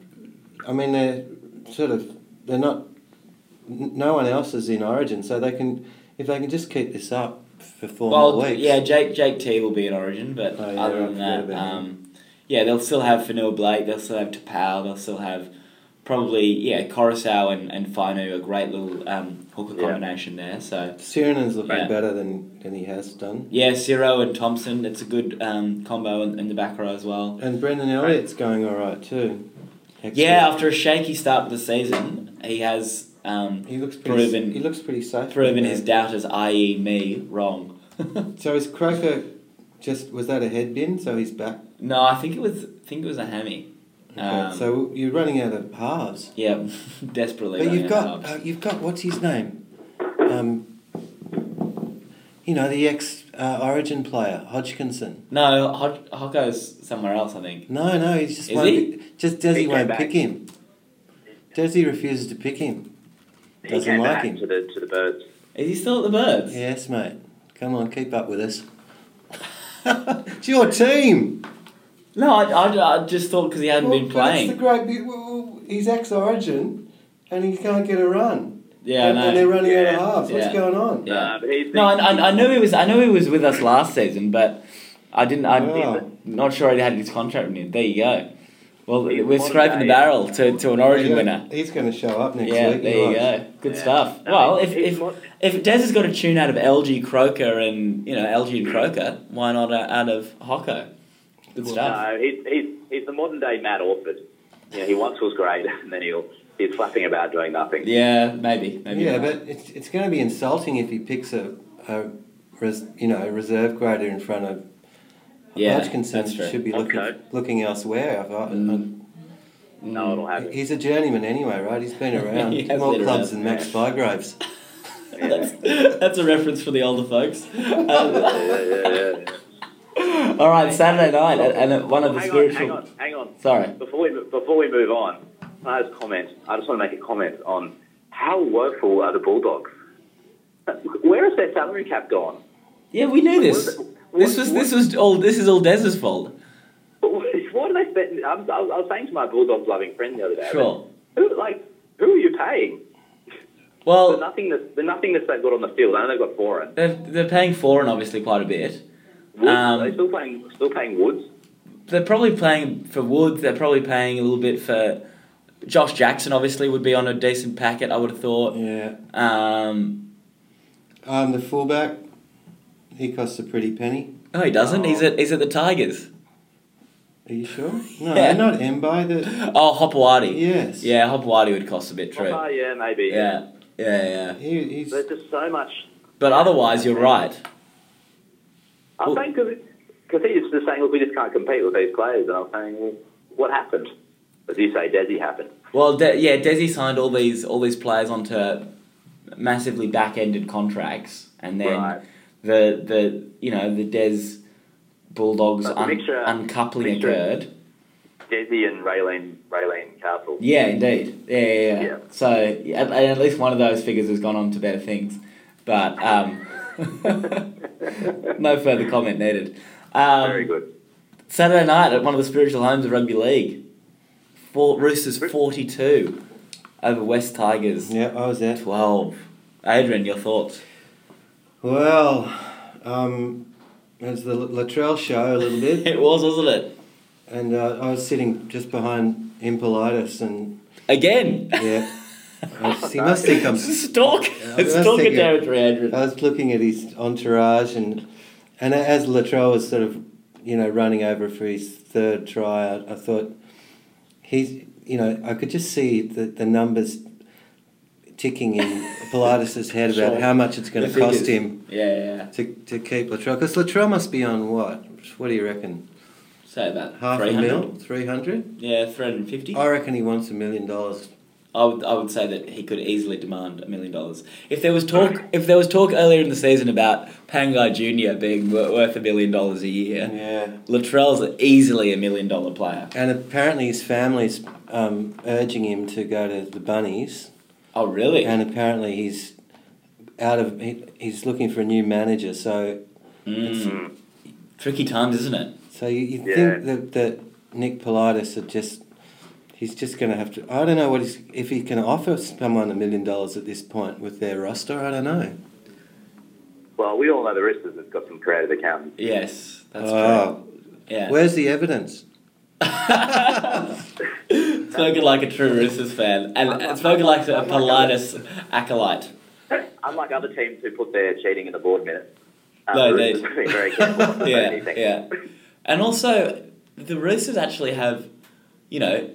B: I mean, they're sort of. They're not. n- No one else is in Origin, so they can. If they can just keep this up for four
A: Well,
B: more weeks.
A: yeah, Jake Jake T will be in Origin, but
B: Oh, yeah, I
A: other than
B: forgot
A: that,
B: about him.
A: um, yeah, they'll still have Fanil Blake, they'll still have Tapau, they'll still have probably yeah Coruscant and and Finu, a great little um, hooker
C: Yeah.
A: combination there. So
B: Sirenan's looking
A: Yeah.
B: better than, than he has done.
A: yeah, Ciro and Thompson, it's a good um, combo in, in the back row as well.
B: And Brendan Elliott's going all right too.
A: Yeah, after a shaky start to the season, he has um,
B: he looks pretty. s-
A: proven-
B: he looks pretty safe.
A: proven
B: there.
A: his doubters, i.e., me, wrong.
B: So is Croker just was that a head bin? So he's back.
A: no, I think it was I think it was a hammy.
B: Okay,
A: Um,
B: so you're running out of halves.
A: yeah, desperately.
B: But
A: running
B: you've
A: out of
B: got
A: halves.
B: uh, you've got what's his name? Um, you know the ex uh, Origin player Hodgkinson.
A: No, Hod- Hocko's somewhere else, I think.
B: No, no, he's just
A: Is
B: won't
A: he?
B: pick- just Desi
C: He came
B: won't
C: back.
B: pick him. Desi refuses to pick him.
C: He
B: Doesn't
C: came
B: like
C: back
B: him.
C: to the to the birds.
A: Is he still at the Birds?
B: Yes, mate. Come on, keep up with us. it's your team.
A: No, I, I, I just thought because he hadn't been
B: That's
A: playing.
B: the great. bit. Well, well, He's ex Origin, and he can't get a run.
A: Yeah, I
B: and,
A: know.
B: and they're running out
C: Yeah.
B: of halves.
A: Yeah.
B: What's going on?
A: Yeah.
C: Nah, Uh, but he's
A: No, I, I, I knew he was. I knew he was with us last season, but I didn't. I'm
B: Wow.
A: not sure I had his contract renewed. There you go. Well,
C: He's
A: we're
C: one
A: scraping the
C: day-
A: barrel to, to an Origin
B: Yeah,
A: winner.
B: He's going to show up next
A: Yeah,
B: week.
A: there you
B: right.
A: go. Good
C: Yeah.
A: stuff.
C: No,
A: Well,
C: he's-
A: if
C: he's
A: if,
C: more-
A: if Des has got a tune out of LG Croker and you know LG and Croker, why not uh, out of Hocko? Good stuff.
C: No, he's, he's, he's the modern day Matt Orford. You know, he once was great, and then he'll he's flapping about doing nothing.
A: Yeah, maybe. maybe
B: Yeah,
A: not.
B: but it's, it's going to be insulting if he picks a, a res, you know a reserve grader in front of
A: Yeah,
B: Hodgkinson.
A: that's true.
B: Should be looking
C: Okay.
B: looking elsewhere. I've- I,
A: Mm.
C: No, it'll
B: I-
C: happen.
B: he's a journeyman anyway, right? He's been around
A: He has
B: more
A: been
B: clubs
A: around.
B: than Max Bygraves.
A: That's, that's a reference for the older folks. Um,
C: Yeah, yeah, yeah, yeah.
A: all right, Saturday night, and- and at one of the
C: hang on, hang
A: spiritual.
C: on, hang on.
A: Sorry.
C: Before we before we move on, can I just comment. I just want to make a comment on how woeful are the Bulldogs. Where has their salary cap gone?
A: Yeah, we knew this.
C: What-
A: This was this was all. This is all Des's fault.
C: Why do they spend? I'm, I was I was saying to my Bulldogs loving friend the other day.
A: Sure.
C: Who like who are you paying? The
A: Well,
C: nothingness, the nothingness they've got on the field. I know they've got foreign.
A: they're, they're paying foreign obviously quite a bit. Um,
C: Woods, are they still paying, still paying Woods.
A: They're probably paying for Woods. They're probably paying a little bit for Josh Jackson. Obviously, would be on a decent packet. I would have thought.
B: yeah,
A: Um,
B: um, the fullback. He costs a pretty penny.
A: no, he doesn't. He's at he's at the Tigers.
B: Are you sure? No,
A: Yeah.
B: not Mbai. The
A: Oh, Hopawati.
B: yes.
A: Yeah, Hopawati would cost a bit. True.
C: Oh, yeah, maybe.
A: Yeah, yeah, yeah.
B: He, he's
C: There's just so much.
A: But otherwise, you're right.
C: I
A: Well-
C: was saying because he was just saying, look, we just can't compete with these players. And I was saying, well, what happened? As you say, Desi happened.
A: Well, De- yeah, Desi signed all these all these players onto massively back-ended contracts, and then
C: Right.
A: the the you know the Des Bulldogs
C: But the
A: un-
C: mixture-
A: uncoupling
C: mixture-
A: occurred.
C: Desi and Raylene, Raylene Castle.
A: Yeah, indeed. Yeah, yeah. yeah.
C: Yeah.
A: So yeah, at, at least one of those figures has gone on to better things, but um, no further comment needed. Um,
C: Very good.
A: Saturday night at one of the spiritual homes of rugby league. Four, Roosters 42 over West Tigers
B: yeah. I was there.
A: 12. Adrian, your thoughts?
B: Well, um, it was the Latrell show a little bit,
A: It was, wasn't it?
B: and uh, I was sitting just behind Impolitus, and
A: Again.
B: yeah, I was- he must think I'm.
A: Stalk.
B: Yeah, Uh,
A: it's
B: that's
A: stalker
B: thinking-
A: territory, Adrian.
B: I was looking at his entourage, and and as Latrell was sort of, you know, running over for his third try, I, I thought he's, you know, I could just see the the numbers ticking in Pilatus's head about
A: Sure.
B: how much it's going
A: The
B: to cost
A: figures.
B: him.
A: Yeah, yeah, yeah.
B: to, to keep Latrell because Latrell must be on what? What do you reckon?
A: Say about
B: Half a
A: 300.
B: mil, Oh. three hundred.
A: Yeah, 350.
B: I reckon he wants a million dollars
A: I would, I would say that he could easily demand a million dollars. If there was talk, if there was talk earlier in the season about Pangai Junior being wor- worth a million dollars a year,
B: Yeah.
A: Latrell's easily a million dollar player.
B: And apparently his family's um, urging him to go to the Bunnies,
A: Oh really?
B: and apparently he's out of he, he's looking for a new manager. So
A: Mm. Tricky times, isn't it?
B: so you, you
C: Yeah.
B: think that that Nick Politis are just he's just going to have to. I don't know what he's if he can offer someone a million dollars at this point with their roster. I don't know.
C: Well, we all know the rest of us got some creative accountants.
A: Yes, that's true.
B: Oh,
A: Yeah.
B: Where's the evidence?
A: spoken like a true Roosters fan, and and spoken like a Politis acolyte.
C: Unlike other teams who put their cheating in the board minutes. um,
A: No,
C: Roosters
A: they-
C: have been very careful not to say
A: Yeah,
C: anything.
A: yeah. And also, the Roosters actually have, you know,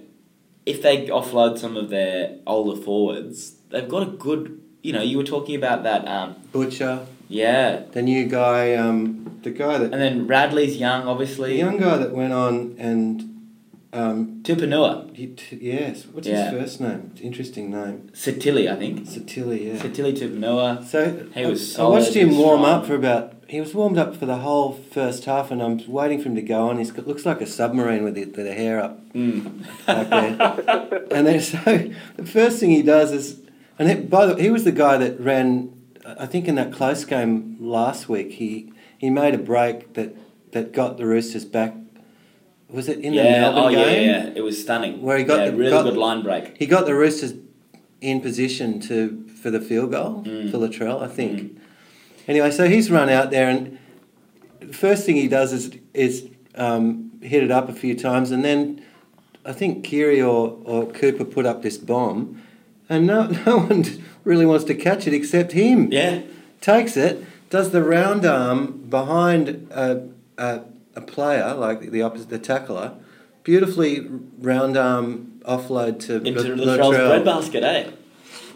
A: if they offload some of their older forwards, they've got a good. You know, you were talking about that. Um,
B: Butcher,
A: yeah,
B: the new guy, um, the guy that
A: and then Radley's young,
B: the
A: obviously.
B: young guy that went on and um,
A: Tupanua,
B: he t- yes, what's
A: Yeah.
B: his first name? It's an interesting name,
A: Satili, I think.
B: Satili. Yeah.
A: Satili Tupanua.
B: So
A: He
B: I-
A: was
B: I, watched
A: solid and
B: him warm
A: strong.
B: up for about. He was warmed up for the whole first half, and I'm waiting for him to go on. He's got, looks like a submarine with the, the hair up
A: Mm.
B: like that. and then so the first thing he does is, and it, by the he was the guy that ran. I think in that close game last week, he he made a break that that got the Roosters back. Was it in the
A: Yeah,
B: Melbourne
A: oh yeah,
B: game?
A: yeah, it was stunning.
B: Where he got
A: yeah,
B: the-
A: really
B: got-
A: good line break.
B: He got the Roosters in position to for the field goal for Latrell, I think. Anyway, so he's run out there, and the first thing he does is is um, hit it up a few times, and then I think Kiri or, or Cooper put up this bomb, and no no one really wants to catch it except him.
A: Yeah,
B: Takes it, does the round arm behind a, a, a player like the opposite the tackler, beautifully round arm offload to
A: into
B: Lut-
A: Latrell's
B: Luttrell.
A: breadbasket, eh?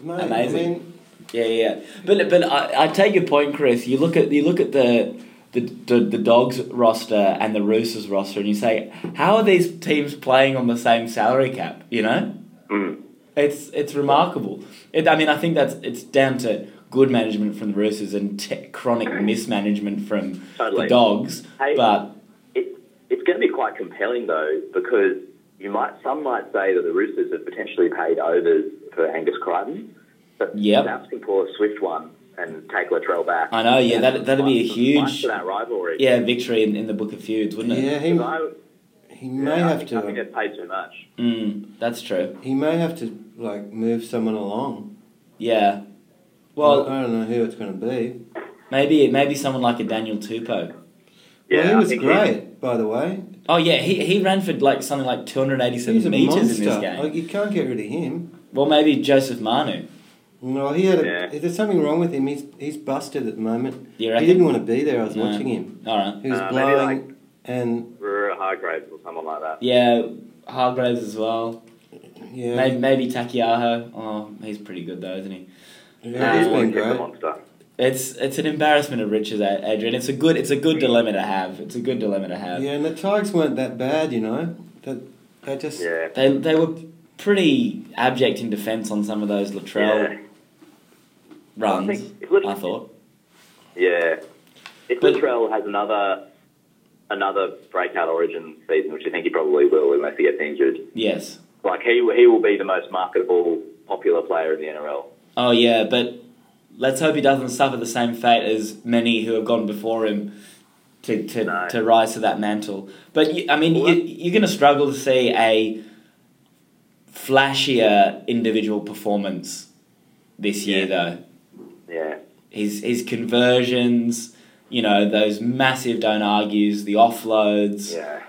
B: Mate,
A: Amazing.
B: I mean,
A: Yeah, yeah. But but I, I take your point, Chris. You look at you look at the the, the, the dogs roster and the Roosters roster, and you say, how are these teams playing on the same salary cap? You know,
C: Mm.
A: it's it's remarkable. It, I mean, I think that's it's down to good management from the Roosters and te- chronic mismanagement from the
C: Totally.
A: dogs.
C: Hey.
A: But
C: It, it's going to be quite compelling though, because you might some might say that the Roosters have potentially paid overs for Angus Crichton, but
A: Yep.
C: South can pull a swift one and take Latrell back.
A: I know, yeah, that that'd be a
C: Fight
A: huge
C: for that rivalry.
A: yeah victory in, in the book of feuds, wouldn't it?
B: yeah, he,
C: Because I,
B: he may
C: yeah, I
B: have
C: think- I think
B: to.
C: they've paid too much.
A: Mm, that's true.
B: He may have to like move someone along.
A: Yeah. Well,
B: I don't know who it's going to be.
A: Maybe maybe someone like a Daniel Tupou.
B: Yeah, well, he
C: I
B: was
C: think
B: great, by the way.
A: Oh yeah, he, he ran for like something like two hundred eighty
B: He's
A: seven
B: a
A: meters
B: monster.
A: in this game.
B: Like you can't get rid of him.
A: well, maybe Joseph Manu.
B: No, he had. A,
C: Yeah.
B: There's something wrong with him. He's he's busted at the moment.
A: You
B: He
A: reckon?
B: didn't want to be there. I was
A: No.
B: watching him.
A: All right.
B: He was
C: Uh, maybe
B: blowing
C: like-
B: and
C: Rura Hargraves or someone like that.
A: Yeah, Hargraves as well.
B: yeah,
A: Maybe maybe Takiaho. Oh, he's pretty good though, isn't he?
B: yeah, he's
A: Nah.
B: been
C: He's a
B: great.
C: monster.
A: It's it's an embarrassment of riches, A- Adrian. It's a good it's a good dilemma to have. It's a good dilemma to have.
B: Yeah, and the Tigers weren't that bad, you know. That they just
C: Yeah.
A: They they were pretty abject in defence on some of those Latrell
C: Yeah.
A: runs.
C: I think it's lit-
A: I thought.
C: Yeah. If
A: But-
C: Luttrell has another another breakout origin season, which I think he probably will unless he gets injured,
A: Yes.
C: like he he will be the most marketable, popular player in the NRL.
A: Oh yeah, but let's hope he doesn't suffer the same fate as many who have gone before him to to,
C: No.
A: to rise to that mantle. But you, I mean, you,
C: Well,
A: you're going to struggle to see a flashier individual performance this year, though.
C: Yeah.
A: His his conversions, you know, those massive don't argues, the offloads,
C: Yeah.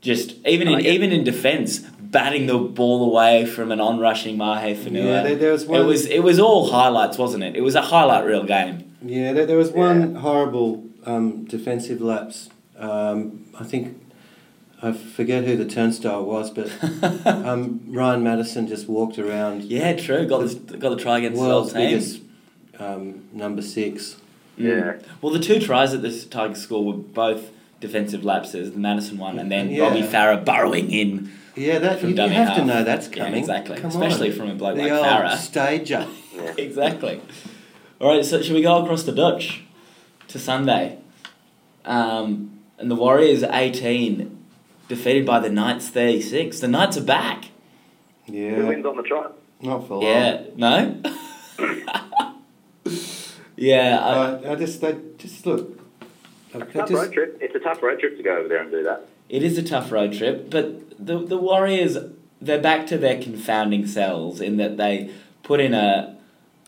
A: just even
C: I
A: in
C: like it.
A: even in defence, batting the ball away from an on-rushing Mahe Fanua.
B: Yeah, there- there was one-
A: It was it was all highlights, wasn't it? It was a highlight reel game.
B: Yeah, there, there was one horrible um, defensive lapse. Um, I think I forget who the turnstile was, but um, Ryan Madison just walked around
A: Yeah, true. Got this, got the try against
B: world's
A: the whole team.
B: biggest um, number six.
A: Mm.
C: Yeah.
A: Well, the two tries that this Tigers score were both defensive lapses, the Madison one, and then
B: Yeah.
A: Robbie Farah burrowing in
B: Yeah, that
A: from
B: you, you
A: dummy
B: have to
A: half.
B: know that's
A: Yeah,
B: coming.
A: exactly,
B: Come
A: especially
B: on.
A: from a bloke
B: the
A: like
B: old
A: Farah.
B: stager.
A: exactly. All right, so should we go across the Dutch to Sunday? Um, and the Warriors 18, defeated by the Knights 36. The Knights are back.
C: Who
B: Yeah,
C: wins on the trot?
B: not for long.
A: Yeah, no? yeah, I,
B: Uh, I just they just look. I
C: Tough
B: just-
C: road trip. It's a tough road trip to go over there and do that.
A: it is a tough road trip, but the, the Warriors, they're back to their confounding selves in that they put in a.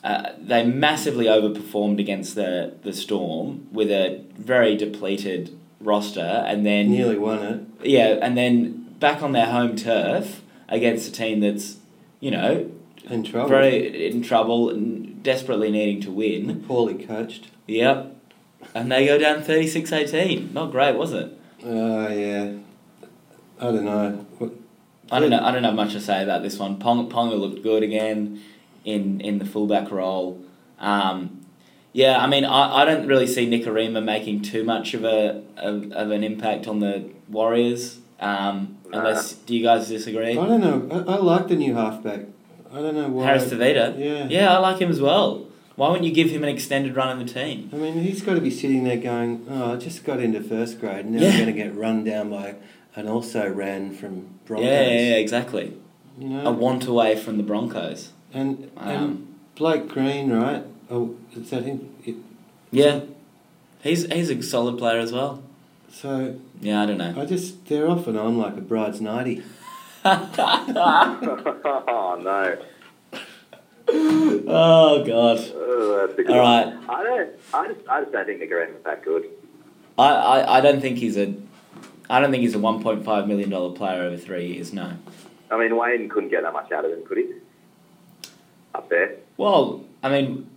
A: Uh, they massively overperformed against the, the Storm with a very depleted roster, and then
B: nearly won it.
A: Yeah, and then back on their home turf against a team that's, you know,
B: In trouble.
A: very in trouble and desperately needing to win.
B: poorly coached.
A: Yep. And they go down 36 18. Not great, was it?
B: Oh yeah. I don't know. What-
A: I don't know. I don't have much to say about this one. Pong, Ponga looked good again in in the fullback role. Um, yeah, I mean, I, I don't really see Nicarima making too much of a of, of an impact on the Warriors. Um,
C: Nah.
A: Unless do you guys disagree?
B: I don't know. I, I like the new halfback. I don't know why.
A: Harris Tavita.
B: Yeah.
A: Yeah, I like him as well. Why wouldn't you give him an extended run in the team?
B: I mean, he's got to be sitting there going, "Oh, I just got into first grade, and now
A: Yeah.
B: I'm going to get run down by an also ran from Broncos."
A: Yeah, yeah, yeah, exactly.
B: You know,
A: A want away from the Broncos.
B: and and
A: Um,
B: Blake Green, right? Oh, is that him? It,
A: yeah. He's he's a solid player as well.
B: so
A: Yeah, I don't know.
B: I just they're off and on like a bride's nighty.
C: oh no.
A: Oh god.
C: Oh, that's a good
A: All right.
C: one. I don't. I just. I just don't think the Grand is that good.
A: I, I, I don't think he's a I don't think he's a one point five million dollar player over three years, no.
C: I mean, Wayne couldn't get that much out of him, could he? Up there.
A: Well, I mean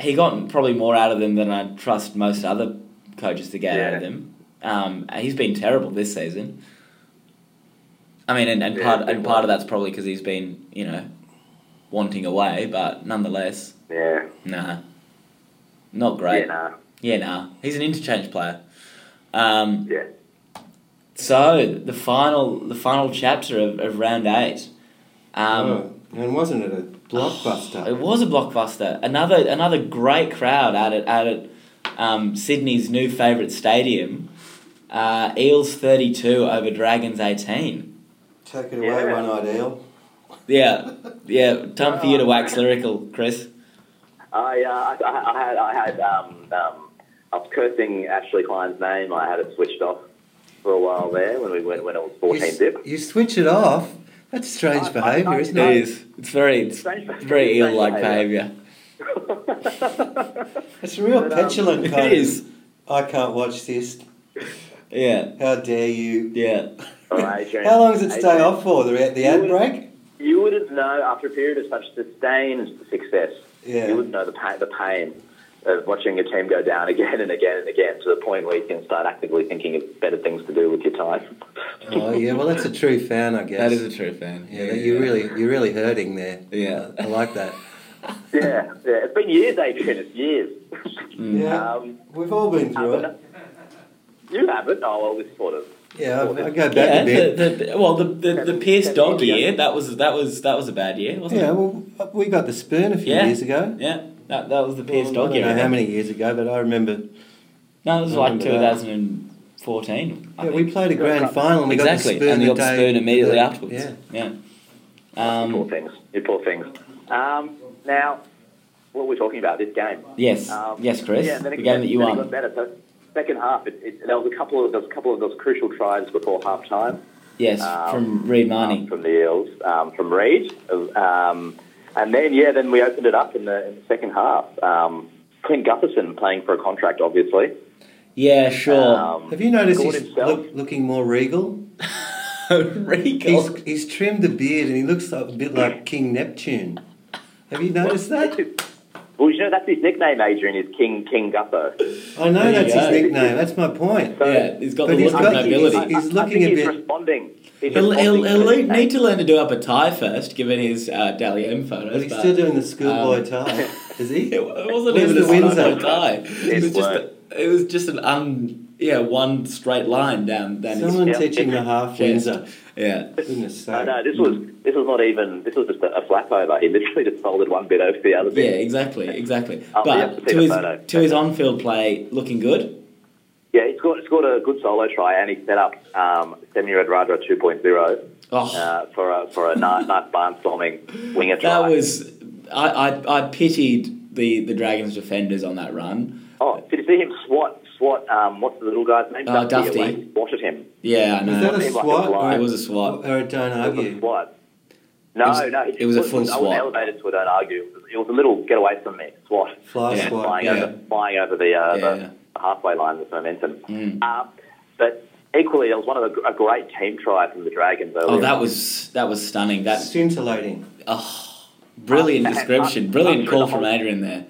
A: he got probably more out of them than I trust most other coaches to get out of
C: Yeah.
A: them. Um, he's been terrible this season. I mean, and, and
C: Yeah,
A: part
C: it's been
A: and part of that's probably because he's been you know wanting away, but nonetheless,
C: Yeah.
A: nah, not great.
C: Yeah. Nah.
A: Yeah, nah. He's an interchange player. Um,
C: Yeah.
A: So the final, the final chapter of, of round eight. Um,
B: oh, and wasn't it a
A: It
B: blockbuster?
A: was a blockbuster. Another another great crowd out at out at um, Sydney's new favourite stadium. Uh, Eels thirty two over Dragons eighteen.
B: Take it away,
C: Yeah.
B: one eyed eel.
A: Yeah, yeah. Time for you to wax lyrical, Chris.
C: I, uh, I, I had, I had, um, um, I was cursing Ashley Klein's name. I had it switched off for a while there when we went when it was
B: You,
C: fourteen
B: s-
C: dip.
B: you switch it off. That's strange
C: I- I-
B: behaviour,
C: I-
B: isn't
C: No.
A: It
B: it?
A: is. It's very it's very eel like behaviour.
B: It's a real
C: But, um,
B: petulant kind
A: It
B: of-
A: is.
B: I can't watch this.
A: Yeah,
B: How dare you?
A: yeah.
C: All right, Adrian.
B: How long does it stay
C: Adrian,
B: off for? The, the ad break?
C: You wouldn't know after a period of such sustained success.
B: Yeah.
C: You wouldn't know the pain, the pain of watching your team go down again and again and again to the point where you can start actively thinking of better things to do with your time.
B: Oh yeah, well that's a true fan, I guess.
A: That is a true fan.
B: yeah, that you're really you're really hurting there.
A: Yeah.
B: I, I like that.
C: Yeah, yeah. It's been years, Adrian. It's years.
B: Yeah,
C: Um,
B: we've all been through
C: haven't
B: it.
C: it? You haven't. Oh well, this sort of.
B: Yeah, I, I go back
A: Yeah,
B: a bit.
A: the, the, well, the, the, the
C: Seven-
A: Pierce
C: seven
A: dog
C: years ago.
A: year that was that was that was a bad year, wasn't
B: yeah,
A: it?
B: well, we got the spoon a few
A: Yeah.
B: years ago.
A: Yeah, that, that was the
B: Well,
A: Pierce
B: I
A: dog
B: don't
A: year.
B: know how
A: I think.
B: many years ago, but I remember.
A: No, it was
B: I
A: like
B: remember
A: two
B: that.
A: thousand and fourteen.
B: Yeah, we played a grand
C: Cup.
B: final and we
A: exactly,
B: got the spoon
A: and we got
B: the
A: the
B: day-
A: spoon immediately
B: the-
A: afterwards.
B: Yeah.
A: yeah.
C: poor
A: Um,
C: things. You poor things. Um, now, what we're talking about this game.
A: yes,
C: Um,
A: yes, Chris,
C: Yeah, and
A: the
C: then it,
A: game that you
C: then it got
A: won.
C: better. So second half, it, it, there was a couple of there was a couple of those crucial tries before half time
A: Yes,
C: um,
A: from Reed
C: um,
A: Marnie.
C: from the Eels, um, from Reed, um, and then yeah, then we opened it up in the, in the second half. Um, Clint Gutherson playing for a contract, obviously.
A: Yeah, sure.
C: Um,
B: Have you noticed
C: scored
B: he's
C: himself.
B: look, looking more regal? He's,
A: Regal.
B: he's trimmed the beard and he looks like, a bit like King Neptune. Have you noticed that?
C: Well, you know that's his nickname, Adrian, is King King Gutho.
B: I know
A: There you
B: that's
A: go.
B: his nickname. That's my point.
C: So
A: Yeah, he's got
B: But
A: the
B: he's
A: look of
B: got-
A: nobility.
B: he's- he's
C: I, I
B: looking
C: think
B: a
C: he's
B: bit-
C: responding. He's
A: He'll, he'll,
C: responding to
A: he'll
C: his
A: le-
C: name.
A: need to learn to do up a tie first, given his uh, Dally M photos.
B: But he's
A: but-
B: still doing the schoolboy
A: um,
B: tie, is he?
A: It wasn't
B: Where's
A: even a
B: the Windsor?
A: Sunday tie. It
C: It's
A: was just
C: work.
A: a, it was just an un yeah, one straight line down down his
B: Someone
C: Yeah.
B: teaching the half
A: chest.
B: Windsor.
A: Yeah.
B: Goodness
C: No,
B: sake.
C: no, this was this was not even this was just a, a flap over. He literally just folded one bit over the other
A: Yeah,
C: bit.
A: exactly, exactly.
C: I'll be up to
A: But
C: see
A: to
C: the
A: his
C: photo.
A: to his on field play looking good.
C: Yeah, he scored, scored a good solo try and he set up um, Semyred Radra 2.0
A: Oh,
C: uh, for a, for a nice, nice barnstorming winger
A: that
C: try.
A: was I, I I pitied the the Dragons defenders on that run.
C: oh, did you see him swat, swat, um, what's the little guy's name?
A: Oh, Dufty.
C: away. He swatted him.
A: Yeah, I
B: Was that
A: know.
B: a Oh,
C: Seemed like a
B: swat?
C: blind.
A: It was a swat.
B: Or a don't
C: It was a
B: argue.
C: swat. No,
A: It was-
C: no. he just
A: it was a
C: wasn't-
A: full
C: I wasn't
A: swat.
C: elevated to it, don't argue. It was, it was a little get away from me swat.
B: Fly
A: Yeah.
B: swat.
C: flying,
B: Yeah.
C: over, flying over the, uh,
A: Yeah.
C: the halfway line with momentum.
A: Mm.
C: Uh, but equally, it was one of the, a great team try from the Dragons.
A: Oh, that was that was stunning. That
B: Scintillating.
A: oh, brilliant
C: Uh,
A: description,
C: uh,
A: brilliant
C: uh,
A: call from Adrian there.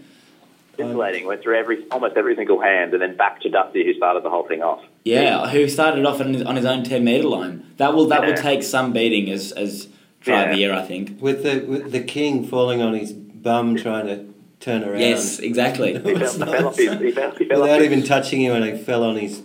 C: scintillating. Went through every almost every single hand, and then back to Dusty, who started the whole thing off.
A: Yeah, who started off on his, on his own ten meter line. That will that will
C: Yeah.
A: take some beating as as try of the
C: Yeah.
A: year, I think.
B: With the with the king falling on his bum trying to turn around.
A: Yes, Um, exactly.
C: He
B: It
C: fell,
B: was
C: he fell off
B: nice.
C: his, he fell, he fell off
B: Without
C: his,
B: even touching you, and he fell on his.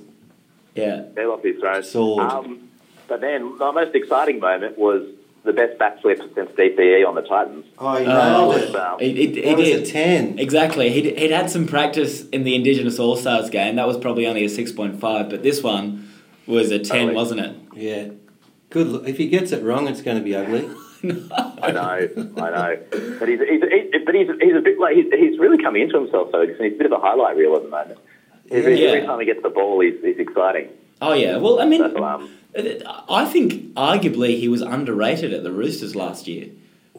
A: Yeah,
C: fell off his throne.
B: Sword.
C: Um, but then the most exciting moment was the best backflip since DPE on the Titans.
B: Oh, he
A: Oh.
B: nailed
C: With,
B: it.
C: um,
A: it it,
B: That
A: it
B: was a
A: did.
B: ten.
A: Exactly. He'd, he'd had some practice in the Indigenous All Stars game. That was probably only a 6.5, but this one was a 10,
C: Totally.
A: wasn't it?
B: Yeah. Good. l- If he gets it wrong, it's going to be ugly.
C: I know, I know. But he's, he's, he, but he's, he's a bit like he's, he's really coming into himself though. He's a bit of a highlight reel at the moment. Every,
A: Yeah.
C: every time he gets the ball, he's, he's exciting.
A: Oh, yeah. Well, I mean,
C: So, um,
A: I think arguably he was underrated at the Roosters last year.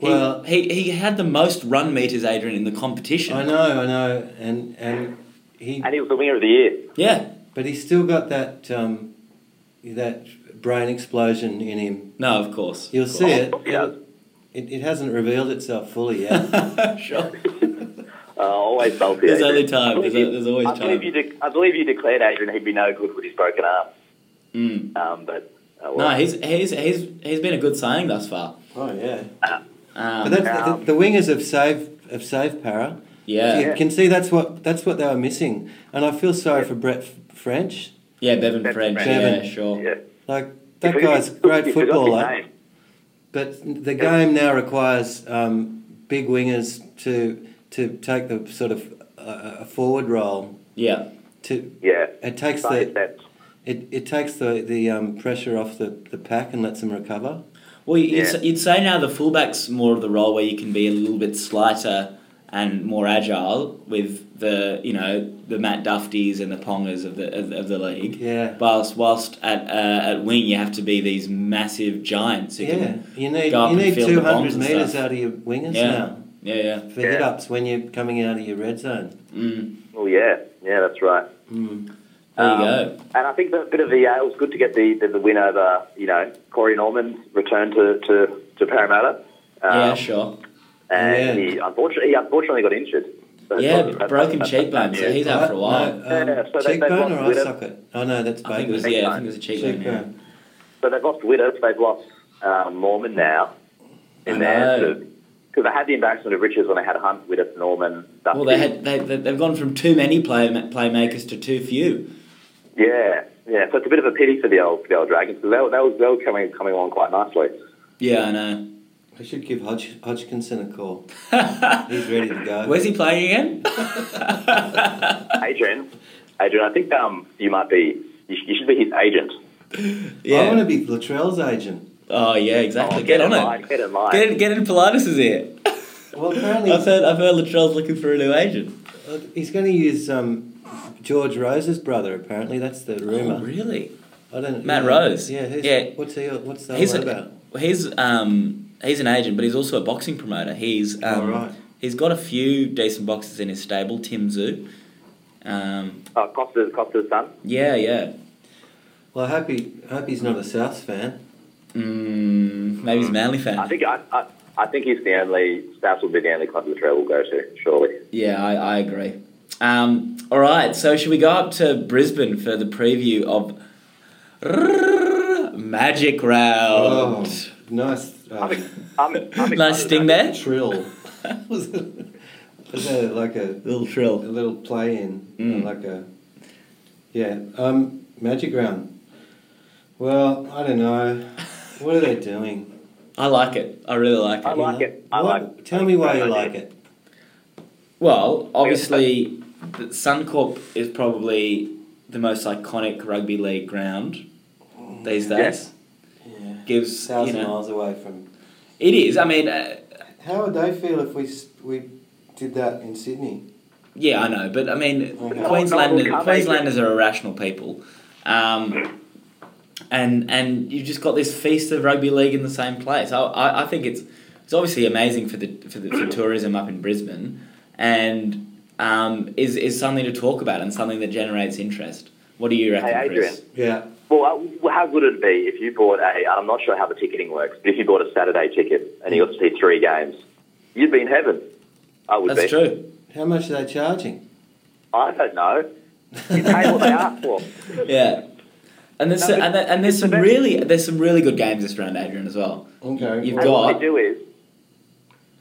A: He,
B: Well-
A: he, he had the most run meters, Adrian, in the competition.
B: I know, I know, and and he,
C: and he was the winger of the year.
A: Yeah.
B: but he's still got that um, that brain explosion in him.
A: No, of course.
B: You'll
A: Of
B: see
A: course.
B: it.
C: Yeah.
B: It, it hasn't revealed itself fully yet.
A: sure.
C: Uh, always salty.
A: There's
C: Adrian.
A: only time.
C: I believe
A: There's-
C: you-
A: there's always
C: I believe,
A: time.
C: you de- I believe you declared Adrian he'd be no good with his broken arm.
A: Mm.
C: Um, but uh, well,
A: No, he's, he's, he's, he's been a good signing thus far.
B: oh yeah. But
A: Um,
B: that's, the, the wingers have saved have saved Para.
A: yeah.
B: You can see that's what that's what they were missing, and I feel sorry for Brett F- French.
A: Yeah, Bevan
C: Bevan
A: French.
B: Bevan.
A: Yeah, sure.
C: yeah.
B: Like that
C: He-
B: guy's
C: he-
B: a great
C: he forgot his
B: footballer.
C: name.
B: But the game now requires um, big wingers to to take the sort of uh, a forward role.
A: Yeah.
B: To
C: Yeah.
B: it takes
C: Side
B: the
C: steps.
B: it, it takes the the um, pressure off the, the pack and lets them recover.
A: Well, you'd,
C: Yeah.
A: s- you'd say now the fullback's more of the role where you can be a little bit slighter and more agile with the you know the Matt Dufties and the Pongers of the of, of the league.
B: Yeah,
A: Whilst whilst at uh, at wing you have to be these massive giants. Who
B: yeah.
A: Can,
B: You need
A: go up
B: you
A: and
B: need
A: field the
B: two
A: bombs
B: hundred
A: and
B: meters
A: stuff.
B: out of your wingers
A: Yeah.
B: now
A: yeah. Yeah.
B: for
C: Yeah.
B: hit ups when you're coming out of your red zone.
A: Mm.
C: Oh yeah, yeah, that's right.
B: Mm.
A: There
C: Um,
A: you go.
C: And I think that bit of the uh, it was good to get the, the, the win over you know Corey Norman's return to to, to Parramatta.
A: yeah.
C: Um,
A: Sure.
C: And
B: Yeah.
C: he unfortunately he unfortunately got injured. So
A: Yeah.
C: that's- that's-
A: broken
C: that's-
A: cheekbone.
C: that's
A: So
C: bad
A: he's out for a while.
B: No, um,
C: Yeah, so they- they've
B: cheekbone
C: lost
B: or eye
C: Widdop.
B: socket? Oh no, that's
A: I think it was
B: Baker's.
C: Big
A: yeah. I
C: time.
A: think it was a cheekbone. yeah.
B: Cheekbone.
C: news. So they've lost Widows. They've lost um, Norman now.
A: I
C: In
A: know.
C: there because they had the embarrassment of riches when they had Hunt, Widows, Norman. Duffy.
A: Well, they had they they- they've gone from too many play playmakers to too few.
C: Yeah, yeah. So it's a bit of a pity for the old the old Dragons because they, were- they was they were coming coming along quite nicely.
A: Yeah, I know.
B: I should give Hodg- Hodgkinson a call. He's ready to go.
A: Where's he playing again?
C: Adrian, Adrian, I think um you might be you, sh- you should be his agent.
B: I want
A: Yeah.
B: to be Latrell's agent.
A: Oh yeah, exactly.
C: Oh,
A: get, on
C: in
A: it.
C: line, Get in line.
A: Get in, get in Pilatus' ear.
B: Well, apparently
A: I've heard I've heard Latrell's looking for a new agent.
B: uh, he's going to use um, George Rose's brother. Apparently, that's the rumor.
A: Oh, really?
B: I don't.
A: Matt Rose?
B: Yeah. Who's,
A: Yeah.
B: What's he? What's that
A: He's
B: all
A: a-
B: about?
A: Well, he's um he's an agent, but he's also a boxing promoter. He's um,
B: All right.
A: he's got a few decent boxers in his stable. Tim Zoo. Um,
C: Oh, Costa's Costa's son.
A: yeah, yeah.
B: Well, I hope he. I hope he's not a South fan.
A: Mm, maybe he's a Manly fan.
C: I think I, I I think he's the only South will be the only club the trail will go to surely.
A: Yeah, I, I agree. Um, all right, so should we go up to Brisbane for the preview of Magic Round?
B: Oh, nice.
C: I'm
B: Uh,
C: ex- I'm, I'm
A: Oh. nice
C: excited
A: sting
C: about
A: there.
B: trill. was it? Was it like a,
A: Little
B: a
A: trill.
B: little play in?
A: Mm.
B: Like a. Yeah. Um, magic round. Well, I don't know. What are they doing?
A: I like it. I really like it.
C: I like it. I
B: What-
C: like-
B: Tell me why you
C: I like
B: like it.
A: Well, obviously, the Suncorp is probably the most iconic rugby league ground these days.
C: Yes.
B: Yeah.
A: Gives you
B: Thousand
A: know,
B: miles away from.
A: it is. I mean, uh,
B: How would they feel if we s- we did that in Sydney?
A: yeah, I know, but I mean,
B: Okay.
A: Queenslanders,
C: No, no, no,
A: Queenslanders are irrational people, um, and and you've just got this feast of rugby league in the same place. I, I, I think it's it's obviously amazing for the for the for tourism up in Brisbane, and um, is is something to talk about and something that generates interest. What do you reckon,
C: Adrian.
A: Chris?
B: Yeah.
C: Well, uh, well, how good would it be if you bought a, I'm not sure how the ticketing works, but if you bought a Saturday ticket and you got to see three games, you'd be in heaven. I would
A: That's
C: be.
A: true.
B: How much are they charging?
C: I don't know. You pay what they ask for.
A: yeah. And there's
C: No, but
A: and, there, and there's some
C: best-
A: really there's some really good games this round, Adrian, as well.
B: Okay.
A: You've
C: And
A: got-
C: what they do is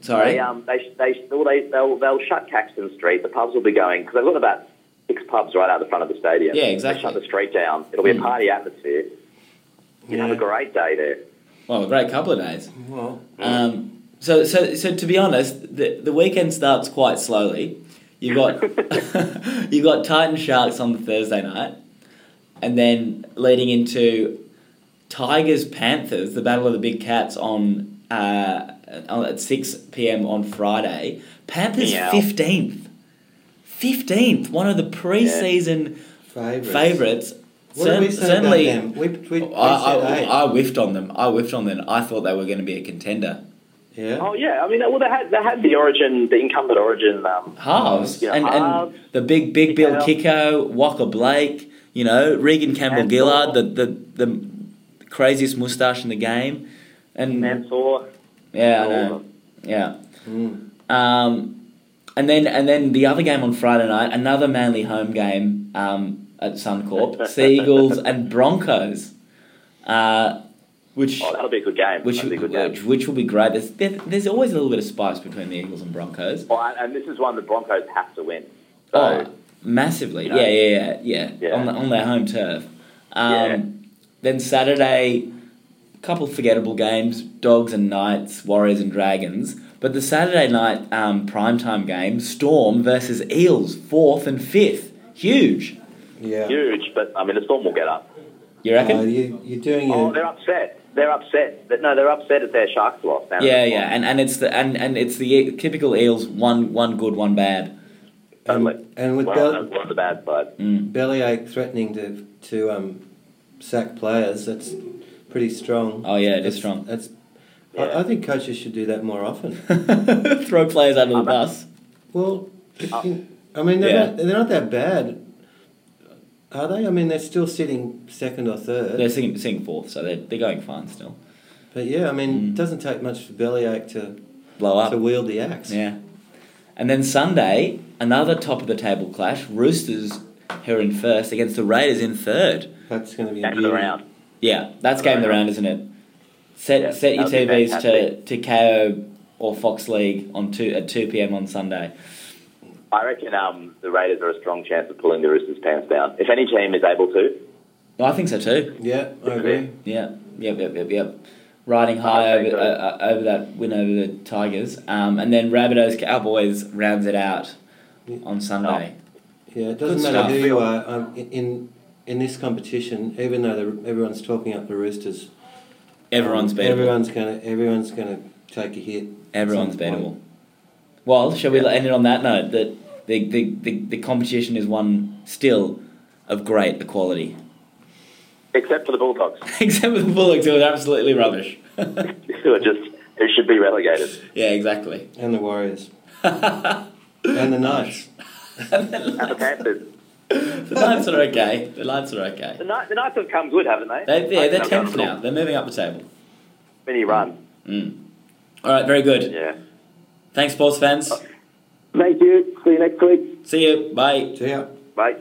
A: Sorry.
C: They, um, they, they, well, they, they'll, they'll shut Caxton Street. The pubs will be going, because they've got about six pubs right out the front of the stadium.
A: Yeah,
C: They
A: exactly.
C: shut the street down. It'll be a
A: Mm.
C: party atmosphere. You'd have a great day there.
A: Well, a great couple of days.
B: Well,
A: Um, so so so to be honest, the the weekend starts quite slowly. You've got you've got Titan Sharks on the Thursday night, and then leading into Tigers Panthers, the Battle of the Big Cats on uh, on- at six p.m. on Friday. Panthers
C: Meow.
A: fifteenth, fifteenth, one of the preseason.
B: favourites.
A: favourites.
B: What did we
A: Cer-
B: say
A: certainly,
B: about them? We, we, we
A: I,
B: said
A: I,
B: eight.
A: I whiffed on them. I whiffed on them. I thought they were going to be a contender.
B: yeah.
C: Oh, yeah. I mean, well, they had, they had the origin, the incumbent origin. Um,
A: Halves
C: Yeah,
A: and,
C: halves.
A: and the big big Bill
C: Kiko.
A: Kiko, Walker Blake. You know, Regan Campbell Gillard, the,
C: Campbell.
A: the the craziest moustache in the game, and
C: Mansour. Oh,
A: yeah, I
C: all of
A: know.
C: them.
A: yeah.
B: Mm.
A: Um, and then and then the other game on Friday night, another Manly home game um, at Suncorp, Seagulls and Broncos, uh, which
C: Oh, that'll be a good game.
A: which,
C: that'll be a good
A: which,
C: game.
A: which will be great. There's, there, there's always a little bit of spice between the Eagles and Broncos.
C: Oh, and- and this is one the Broncos have to win. So,
A: Oh, massively.
C: you know.
A: yeah, yeah, yeah, yeah.
C: Yeah.
A: On, the, on their home turf. Um,
C: Yeah.
A: Then Saturday, couple forgettable games Dogs and Knights, Warriors and Dragons. But the Saturday night um, primetime game, Storm versus Eels, fourth and fifth. Huge. Oh.
B: Yeah.
C: huge, but I mean, the Storm will get up.
A: You
B: Oh,
A: reckon?
B: you, you're doing
C: Oh,
B: it.
C: they're upset. They're upset. But No, they're upset at their Sharks loss. Now.
A: yeah, yeah, and and it's the and, and it's the e- typical Eels one one good one bad.
C: Totally.
B: and with
C: well,
B: Bel-
C: that's one of the bad side.
A: Mm.
B: bellyache threatening to to um, sack players, that's pretty strong.
A: Oh yeah, it
B: that's,
A: is strong.
B: That's.
C: Yeah.
B: I, I think coaches should do that more often.
A: Throw players under the
C: I'm-
A: bus.
B: Well, if
C: Uh,
B: you- I mean, they're,
A: Yeah.
B: not, they're not that bad, are they? I mean, they're still sitting second or third.
A: They're singing, singing fourth, so they're, they're going fine still.
B: But yeah, I mean,
A: Mm.
B: it doesn't take much for Bellyache to,
A: Blow
B: to
A: up.
B: wield the axe.
A: Yeah. And then Sunday, another top of the table clash. Roosters, who are in first, against the Raiders in third.
B: That's going to be a
C: Game of the
B: beauty.
C: round.
A: Yeah, that's game of the round, isn't it? Set,
C: Yeah,
A: set your
C: that'll be
A: TVs to,
C: fantastic.
A: to KO or Fox League on two, at 2 pm on Sunday.
C: I reckon um, the Raiders are a strong chance of pulling the Roosters' pants down. If any team is able to,
A: Well, Oh, I think so too.
B: Yeah, I
C: Yeah.
B: agree.
A: Yeah, yep, yep, yep, yep. Riding high
C: I think
A: over, uh,
C: so.
A: uh, over that win over the Tigers. Um, and then Rabbitohs Cowboys rounds it out on Sunday.
C: Oh.
B: Yeah, it doesn't
A: Good
B: matter who
A: stuff.
B: you are. Um, in- in in this competition, even though the, everyone's talking up the Roosters,
A: Everyone's
B: um,
A: beatable.
B: Everyone's going to everyone's going to take a hit.
A: Everyone's
B: Some point.
A: beatable. Well, shall we end it on that note? That the, the, the, the competition is one still of great equality.
C: except for the Bulldogs,
A: Except for the Bulldogs, who are absolutely rubbish.
C: who are just who should be relegated.
A: yeah, exactly.
B: And the Warriors. and the Knights.
C: And the Panthers,
A: The Knights are okay. The Knights are okay.
C: the, Knights, the Knights have come good, haven't they?
A: They, yeah, they're
C: Knights have
A: 10th
C: come
A: now. They're moving up the table.
C: Mini run.
A: Mm. All right, very good.
C: Yeah.
A: Thanks, sports fans.
C: Thank you. See you next week.
A: See you. Bye.
B: So yeah.
C: Bye.